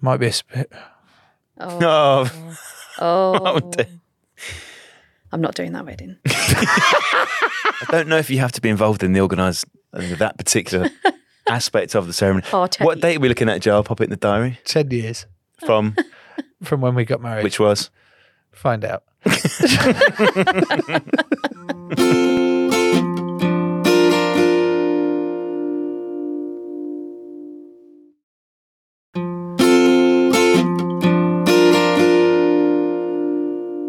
Speaker 4: Might be a sp-
Speaker 5: Oh,
Speaker 3: Oh,
Speaker 5: oh.
Speaker 3: dear.
Speaker 5: I'm not doing that wedding.
Speaker 3: I don't know if you have to be involved in the organised uh, that particular aspect of the ceremony.
Speaker 5: Partake.
Speaker 3: What date are we looking at, Joe? I'll pop it in the diary.
Speaker 4: 10 years
Speaker 3: From
Speaker 4: from when we got married.
Speaker 3: which was
Speaker 4: Find out.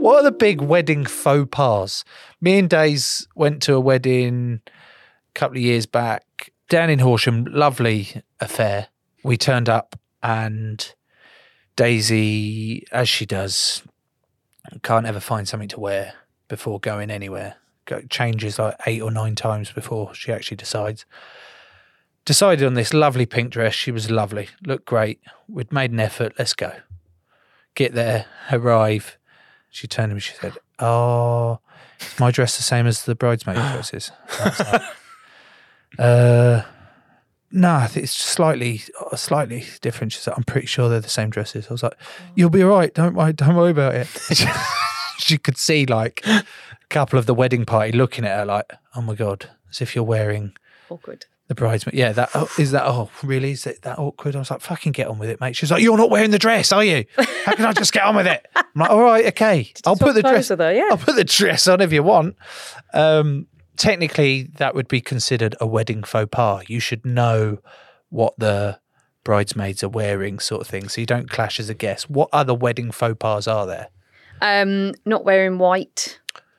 Speaker 4: What are the big wedding faux pas? Me and Days went to a wedding a couple of years back down in Horsham. Lovely affair. We turned up and Daisy, as she does, can't ever find something to wear before going anywhere. Go, changes like eight or nine times before she actually decides. Decided on this lovely pink dress. She was lovely, looked great. We'd made an effort. Let's go. Get there, arrive. She turned to me. She said, "Oh, is my dress the same as the bridesmaid dresses?" I was like, uh, no, I think it's slightly, uh, slightly different. She's like, "I'm pretty sure they're the same dresses." I was like, "You'll be all right. Don't worry. Don't worry about it." she could see like a couple of the wedding party looking at her like, "Oh my god," as if you're wearing
Speaker 5: Awkward.
Speaker 4: the bridesmaid. Yeah, that oh, is that. Oh, really? Is it that awkward? I was like, "Fucking get on with it, mate." She was like, "You're not wearing the dress, are you? How can I just get on with it?" I'm like, "All right, okay. I'll
Speaker 5: talk
Speaker 4: put the dress.
Speaker 5: closer though, yeah.
Speaker 4: I'll put the dress on if you want." Um, technically, that would be considered a wedding faux pas. You should know what the bridesmaids are wearing, sort of thing, so you don't clash as a guest. What other wedding faux pas are there?
Speaker 5: Um, not wearing white.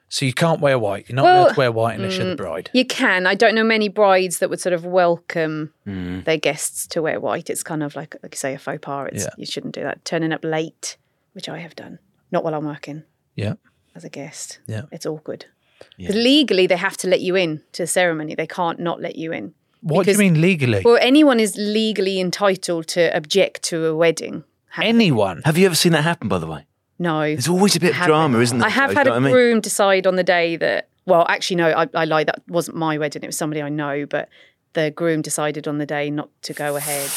Speaker 4: So you can't wear white. You're not
Speaker 5: Well, mm,
Speaker 4: allowed to wear white unless you're the bride.
Speaker 5: You can. I don't know many brides that would sort of welcome
Speaker 4: Mm.
Speaker 5: their guests to wear white. It's kind of like, like you say, a faux pas. It's,
Speaker 4: Yeah.
Speaker 5: You shouldn't do that. Turning up late, which I have done, not while I'm working
Speaker 4: Yeah.
Speaker 5: as a guest.
Speaker 4: Yeah.
Speaker 5: It's awkward. 'Cause legally, they have to let you in to the ceremony. They can't not let you in.
Speaker 4: What do
Speaker 5: Because-
Speaker 4: you mean legally?
Speaker 5: Well, anyone is legally entitled to object to a wedding.
Speaker 4: Anyone?
Speaker 3: Have you ever seen that happen? By the way,
Speaker 5: No.
Speaker 3: there's always a bit of
Speaker 5: Haven't.
Speaker 3: drama, isn't there?
Speaker 5: I have
Speaker 3: Joe?
Speaker 5: had
Speaker 3: Do you
Speaker 5: a
Speaker 3: know what I mean?
Speaker 5: groom decide on the day that. Well, actually, no, I, I lied. That wasn't my wedding. It was somebody I know, but the groom decided on the day not to go ahead.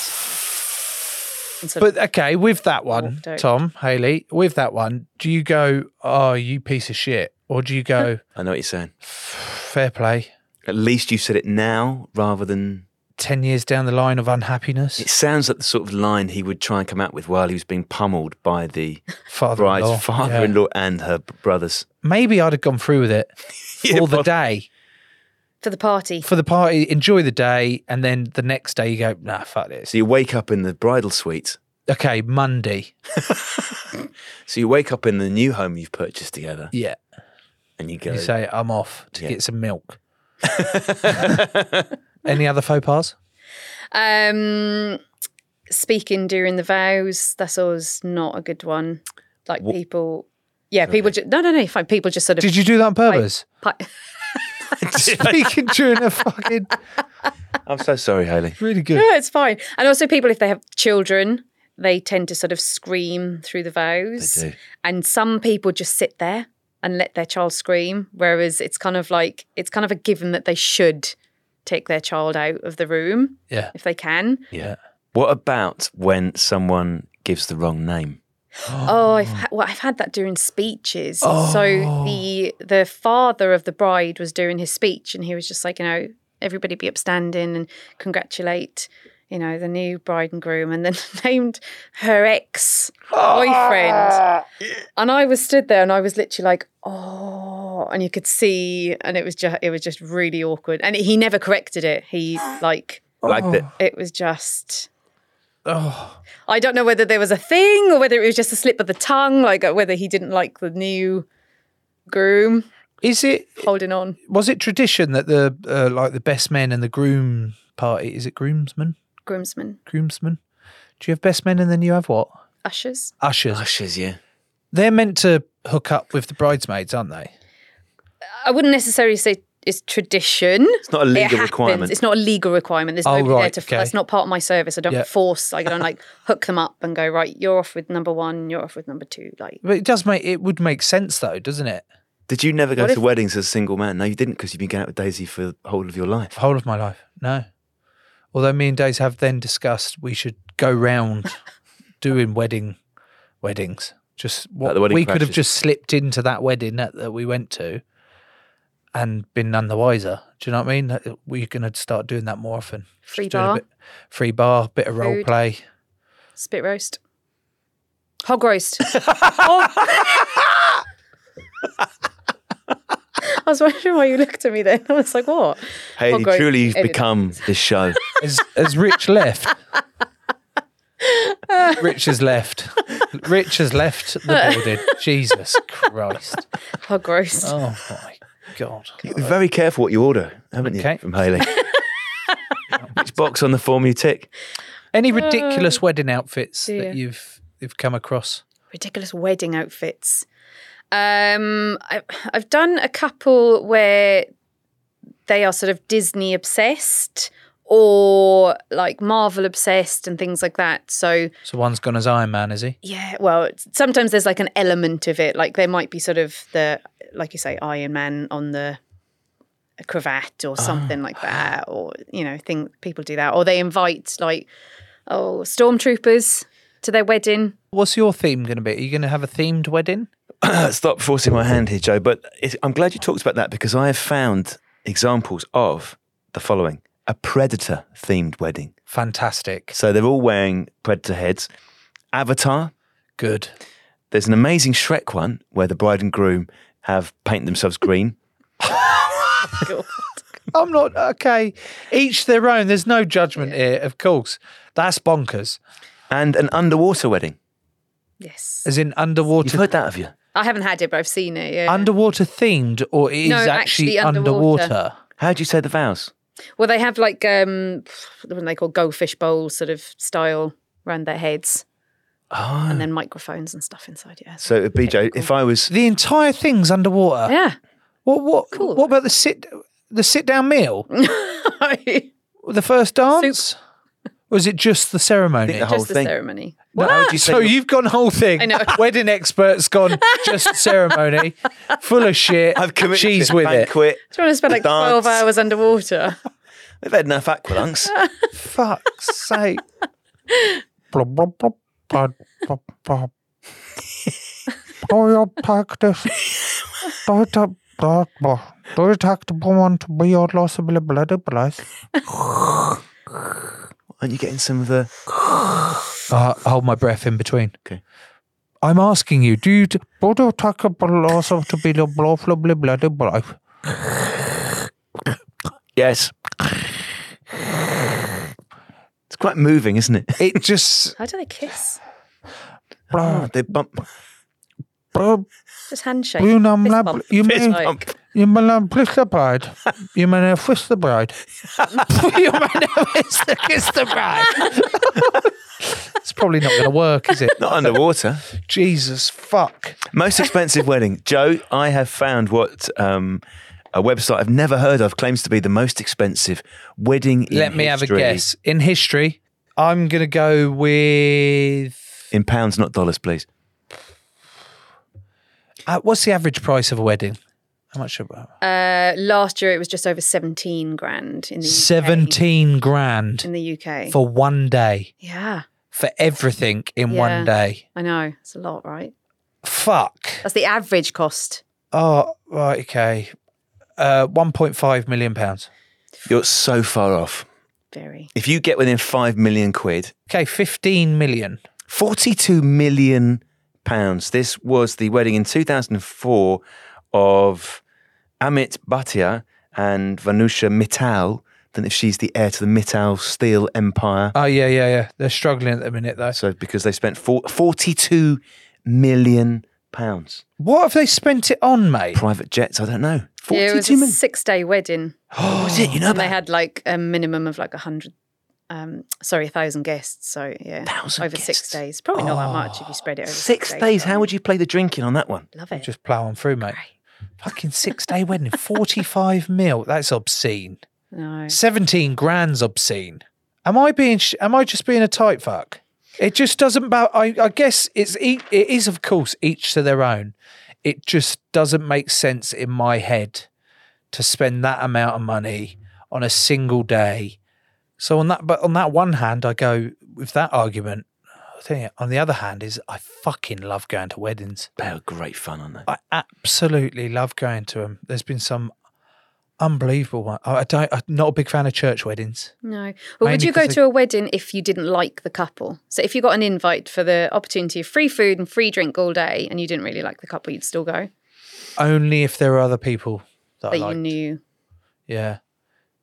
Speaker 5: And so,
Speaker 4: But uh, okay, with that one,
Speaker 5: Walked out.
Speaker 4: Tom Haley, with that one, do you go, "Oh, you piece of shit," or do you go,
Speaker 3: I know what you're saying.
Speaker 4: "Fair play"?
Speaker 3: At least you said it now rather than
Speaker 4: 10 years down the line of unhappiness.
Speaker 3: It sounds like the sort of line he would try and come out with while he was being pummeled by the
Speaker 4: Father-in-law,
Speaker 3: bride's
Speaker 4: yeah.
Speaker 3: father-in-law and her b- brothers.
Speaker 4: Maybe I'd have gone through with it
Speaker 3: Yeah,
Speaker 4: for the
Speaker 3: but-
Speaker 4: day,
Speaker 5: for the party.
Speaker 4: for the party, enjoy the day. And then the next day you go, nah, fuck this.
Speaker 3: So you wake up in the bridal suite.
Speaker 4: Okay, Monday.
Speaker 3: So you wake up in the new home you've purchased together,
Speaker 4: Yeah.
Speaker 3: and you go.
Speaker 4: You say, I'm off to
Speaker 3: Yeah.
Speaker 4: get some milk. Any other faux pas?
Speaker 5: Um, speaking during the vows, that's always not a good one. Like
Speaker 3: Wha-
Speaker 5: people, yeah, people. Ju- no, no, no. Fine. People just sort of.
Speaker 4: Did you do that on purpose?
Speaker 5: pi-
Speaker 4: Speaking during a fucking.
Speaker 3: I'm so sorry, Haley.
Speaker 4: Really good.
Speaker 5: No, it's fine. And also, people if they have children, they tend to sort of scream through the vows.
Speaker 3: They do.
Speaker 5: And some people just sit there and let their child scream, whereas it's kind of like it's kind of a given that they should take their child out of the room
Speaker 4: Yeah.
Speaker 5: if they can.
Speaker 3: Yeah. What about when someone gives the wrong name?
Speaker 5: Oh, I've ha- well, I've had that during speeches. So the the father of the bride was doing his speech, and he was just like, you know, everybody be upstanding and congratulate, you know, the new bride and groom, and then named her ex boyfriend. and I was stood there, and I was literally like, oh, and you could see, and it was just it was just really awkward, and he never corrected it. He like
Speaker 3: Like that?
Speaker 5: it was just. Oh. I don't know whether there was a thing or whether it was just a slip of the tongue, like uh, whether he didn't like the new groom
Speaker 4: Is it
Speaker 5: holding on.
Speaker 4: was it tradition that the uh, like the best men and the groom party is it groomsmen
Speaker 5: Groomsmen,
Speaker 4: groomsmen do you have best men and then you have what
Speaker 5: ushers.
Speaker 4: ushers
Speaker 3: Ushers, yeah.
Speaker 4: they're meant to hook up with the bridesmaids aren't they
Speaker 5: I wouldn't necessarily say it's tradition.
Speaker 3: It's not a
Speaker 5: It
Speaker 3: legal
Speaker 5: happens.
Speaker 3: requirement.
Speaker 5: It's not a legal requirement. There's
Speaker 4: Oh,
Speaker 5: nobody there
Speaker 4: right,
Speaker 5: to.
Speaker 4: okay.
Speaker 5: That's not part of my service. I don't
Speaker 4: Yeah.
Speaker 5: force. Like, I don't like hook them up and go right. You're off with number one. You're off with number two. Like,
Speaker 4: but it does make it would make sense though doesn't it
Speaker 3: Did you never go
Speaker 5: What
Speaker 3: to
Speaker 5: if-
Speaker 3: weddings as a single man? No, you didn't, because you've been going out with Daisy for the whole of your
Speaker 5: Oh,
Speaker 3: life.
Speaker 4: whole of my life no although me and Daze have then discussed we should go round doing wedding weddings just what
Speaker 3: the wedding
Speaker 4: we could have
Speaker 3: crashes.
Speaker 4: just slipped into that wedding that, that we went to and been none the wiser do you know what i mean That- we're going to start doing that more often Just
Speaker 5: Free
Speaker 4: doing a
Speaker 5: bar.
Speaker 4: bit, free bar bit of role
Speaker 5: Food.
Speaker 4: play
Speaker 5: spit roast, hog roast. I was wondering why you looked at me then. I was like, what?
Speaker 3: Haley,
Speaker 5: great.
Speaker 3: truly, you've
Speaker 5: Edit.
Speaker 3: become this show.
Speaker 4: Has, has Rich left? Rich has left. Rich has left the building. Jesus Christ.
Speaker 5: Hog roast.
Speaker 4: Oh my God.
Speaker 3: Be very careful what you order, haven't you,
Speaker 4: Okay.
Speaker 3: from Haley? Which box on the form you tick?
Speaker 4: Any
Speaker 5: Uh,
Speaker 4: ridiculous wedding outfits
Speaker 5: dear.
Speaker 4: that you've you've come across?
Speaker 5: ridiculous wedding outfits. Um, I, I've done a couple where they are sort of Disney obsessed or like Marvel obsessed and things like that. So
Speaker 4: So one's gone as Iron Man, is he?
Speaker 5: yeah, well, it's- sometimes there's like an element of it. Like there might be sort of the, like you say, Iron Man on the cravat or something like that, or you know, thing people do that, or they invite like oh stormtroopers to their wedding.
Speaker 4: What's your theme going to be? Are you going to have a themed wedding?
Speaker 3: Uh, Stop forcing my hand here, Joe. But it's, I'm glad you talked about that because I have found examples of the following a predator themed wedding.
Speaker 4: Fantastic.
Speaker 3: So they're all wearing predator heads. Avatar,
Speaker 4: Good.
Speaker 3: There's an amazing Shrek one where the bride and groom have painted themselves green.
Speaker 4: I'm not okay. Each their own. There's no judgment here, of course. That's bonkers.
Speaker 3: And an underwater wedding.
Speaker 5: Yes,
Speaker 4: As in
Speaker 3: You've
Speaker 4: underwater
Speaker 3: heard that, have you?
Speaker 5: I haven't had it, but I've seen it. Yeah.
Speaker 4: underwater themed or it is
Speaker 5: No,
Speaker 4: actually,
Speaker 5: actually
Speaker 4: underwater.
Speaker 5: underwater.
Speaker 3: How do you say the vows?
Speaker 5: Well, they have like um, what are they call goldfish bowl sort of style around their heads,
Speaker 3: Oh.
Speaker 5: and then microphones and stuff inside. Yeah.
Speaker 3: So it'd be, Joe, if I was,
Speaker 4: The entire thing's underwater.
Speaker 5: yeah.
Speaker 4: What what
Speaker 5: Cool.
Speaker 4: what about the sit the sit down meal? the first dance? Or is it just the ceremony?
Speaker 3: think the whole
Speaker 5: Just the
Speaker 3: thing.
Speaker 5: ceremony.
Speaker 3: How would you say
Speaker 4: so
Speaker 3: your-
Speaker 4: you've gone whole thing.
Speaker 5: I know.
Speaker 4: Wedding experts gone just ceremony, full of shit.
Speaker 3: I've committed
Speaker 4: Cheese
Speaker 3: to
Speaker 4: with it.
Speaker 3: banquet.
Speaker 5: Do you want to spend like
Speaker 3: Dance.
Speaker 5: twelve hours underwater?
Speaker 3: We've had enough aqualungs.
Speaker 4: Fuck's sake. Blub, blub, blub, blub, blub, blub. Boyo practice. Boyo practice. Boyo practice. Boyo practice. Boyo practice. Boyo practice.
Speaker 3: Aren't you getting some of the?
Speaker 4: Uh, hold my breath in between.
Speaker 3: Okay.
Speaker 4: I'm asking you, do you bother take a glass of to be the blah blah blah blah blah blah?
Speaker 3: Yes. It's quite moving, isn't it?
Speaker 4: It just
Speaker 5: How do they kiss?
Speaker 3: Ah, they bump.
Speaker 4: blah,
Speaker 5: Just handshake.
Speaker 4: you know,
Speaker 5: fist
Speaker 4: blah,
Speaker 5: bump.
Speaker 4: you
Speaker 5: Fist
Speaker 4: may
Speaker 5: bump.
Speaker 4: you may not kiss the bride, you may not kiss the bride, you may not kiss the, kiss the bride. it's probably not going to work, is it?
Speaker 3: Not underwater.
Speaker 4: Jesus fuck!
Speaker 3: Most expensive wedding. Joe, I have found what um, a website I've never heard of claims to be the most expensive wedding in
Speaker 4: Let me have a
Speaker 3: history.
Speaker 4: guess. In history, I'm going to go with
Speaker 3: In pounds, not dollars, please.
Speaker 4: Uh, what's the average price of a wedding? How much? Are,
Speaker 5: Uh, last year it was just over 17 grand in the UK.
Speaker 4: Seventeen grand
Speaker 5: in the UK.
Speaker 4: for one day
Speaker 5: yeah,
Speaker 4: for everything in
Speaker 5: Yeah.
Speaker 4: one day.
Speaker 5: I know. It's a lot, right?
Speaker 4: Fuck.
Speaker 5: That's the average cost.
Speaker 4: Oh, right. Okay. Uh, one point five million pounds.
Speaker 3: You're so far off.
Speaker 5: Very.
Speaker 3: If you get within five million quid,
Speaker 4: Okay, fifteen million.
Speaker 3: 42 million pounds. This was the wedding in 2004 of Amit Bhatia and Vanusha Mittal. Don't know if she's the heir to the Mittal Steel Empire.
Speaker 4: Oh yeah, yeah, yeah. They're struggling at the minute though.
Speaker 3: So because they spent four, 42 million pounds.
Speaker 4: What have they spent it on, mate?
Speaker 3: Private jets, I don't know.
Speaker 5: Yeah, it was
Speaker 3: 42
Speaker 5: a
Speaker 3: million.
Speaker 5: six-day wedding,
Speaker 3: What was it? You know
Speaker 5: and they
Speaker 3: about
Speaker 5: had like a minimum of like a hundred, um, sorry, a thousand guests. So yeah,
Speaker 3: 1,000
Speaker 5: over six
Speaker 3: guests.
Speaker 5: days. Probably not that much if you spread it over
Speaker 3: six days. How would you play the drinking on that one?
Speaker 5: you love it?
Speaker 4: Just plowing through, mate. Fucking six day wedding, forty-five mil. That's obscene.
Speaker 5: no,
Speaker 4: 17 grand's obscene. Am I being, sh- am I just being a tight fuck? It just doesn't, ba- I, I guess it's, e- it is of course each to their own. It just doesn't make sense in my head to spend that amount of money on a single day. So on that, but on that one hand, I go with that argument. I think on the other hand is I fucking love going to weddings.
Speaker 3: They were great fun, aren't they?
Speaker 4: I absolutely love going to them. There's been some unbelievable one. I I don't. I'm not a big fan of church weddings.
Speaker 5: no. Well, would
Speaker 4: Mainly
Speaker 5: you go
Speaker 4: 'cause they-
Speaker 5: to a wedding if you didn't like the couple? So if you got an invite for the opportunity of free food and free drink all day, and you didn't really like the couple, you'd still go.
Speaker 4: Only if there are other people that, I
Speaker 5: That
Speaker 4: like.
Speaker 5: you knew.
Speaker 4: Yeah,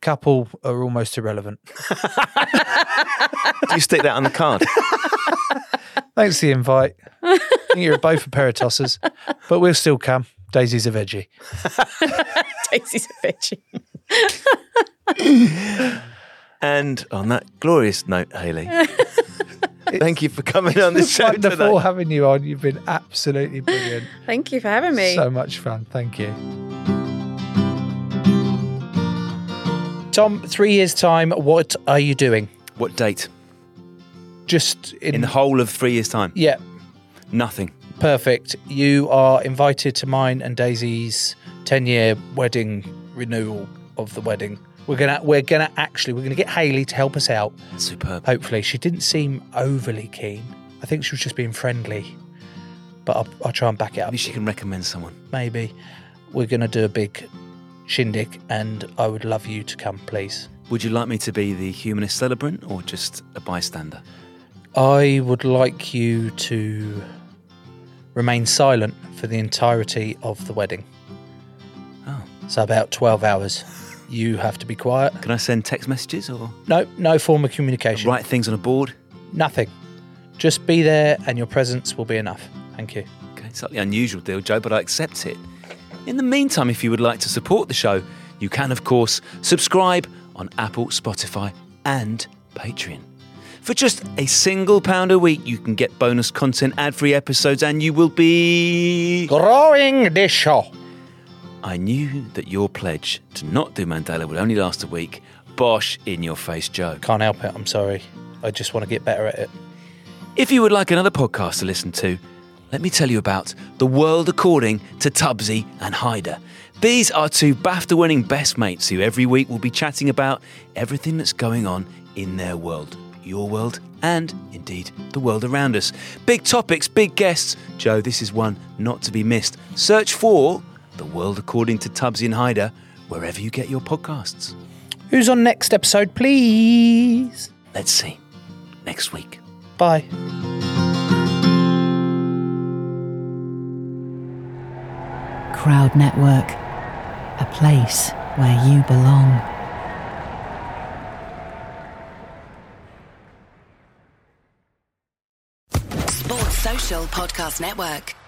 Speaker 4: couple are almost irrelevant.
Speaker 3: Do you stick that on the card?
Speaker 4: Thanks for the invite. I think you're both a pair of tossers, but we'll still come. Daisy's a veggie.
Speaker 5: Daisy's a veggie.
Speaker 3: And on that glorious note, Haley, thank you for coming on the show
Speaker 4: Wonderful
Speaker 3: today.
Speaker 4: having you on. You've been absolutely brilliant.
Speaker 5: Thank you for having me.
Speaker 4: So much fun. Thank you.
Speaker 6: Tom, three years' time, what are you doing?
Speaker 3: What date?
Speaker 6: Just in,
Speaker 3: In the whole of three years' time?
Speaker 6: yeah,
Speaker 3: Nothing.
Speaker 6: perfect. You are invited to mine and Daisy's ten-year wedding renewal of the wedding. We're gonna we're gonna actually we're gonna get Haley to help us out.
Speaker 3: Superb.
Speaker 6: Hopefully, she didn't seem overly keen. I think she was just being friendly. But I'll, I'll try and back it up.
Speaker 3: Maybe she can recommend someone.
Speaker 6: Maybe we're gonna do a big shindig, and I would love you to come, please.
Speaker 3: Would you like me to be the humanist celebrant or just a bystander?
Speaker 6: I would like you to remain silent for the entirety of the wedding.
Speaker 3: Oh.
Speaker 6: So, about 12 hours. You have to be quiet.
Speaker 3: Can I send text messages or
Speaker 6: No, no form of communication.
Speaker 3: write things on a board?
Speaker 6: Nothing. Just be there, and your presence will be enough. Thank you.
Speaker 3: Okay, slightly unusual deal, Joe, but I accept it. In the meantime, if you would like to support the show, you can, of course, subscribe on Apple, Spotify, and Patreon. For just a single pound a week, you can get bonus content, ad free episodes, and you will be.
Speaker 6: Growing the show.
Speaker 3: I knew that your pledge to not do Mandela would only last a week. Bosh in your face, Joe.
Speaker 6: Can't help it. I'm sorry. I just want to get better at it.
Speaker 3: If you would like another podcast to listen to, let me tell you about The World According to Tubbsy and Hyder. These are two BAFTA winning best mates who every week will be chatting about everything that's going on in their world, your world, and indeed the world around us. Big topics, big guests. Joe, this is one not to be missed. Search for The World According to Tubbsy and Hyder wherever you get your podcasts.
Speaker 4: Who's on next episode, please?
Speaker 3: Let's see. Next week.
Speaker 4: Bye.
Speaker 7: Crowd Network, a place where you belong.
Speaker 8: Sports Social Podcast Network.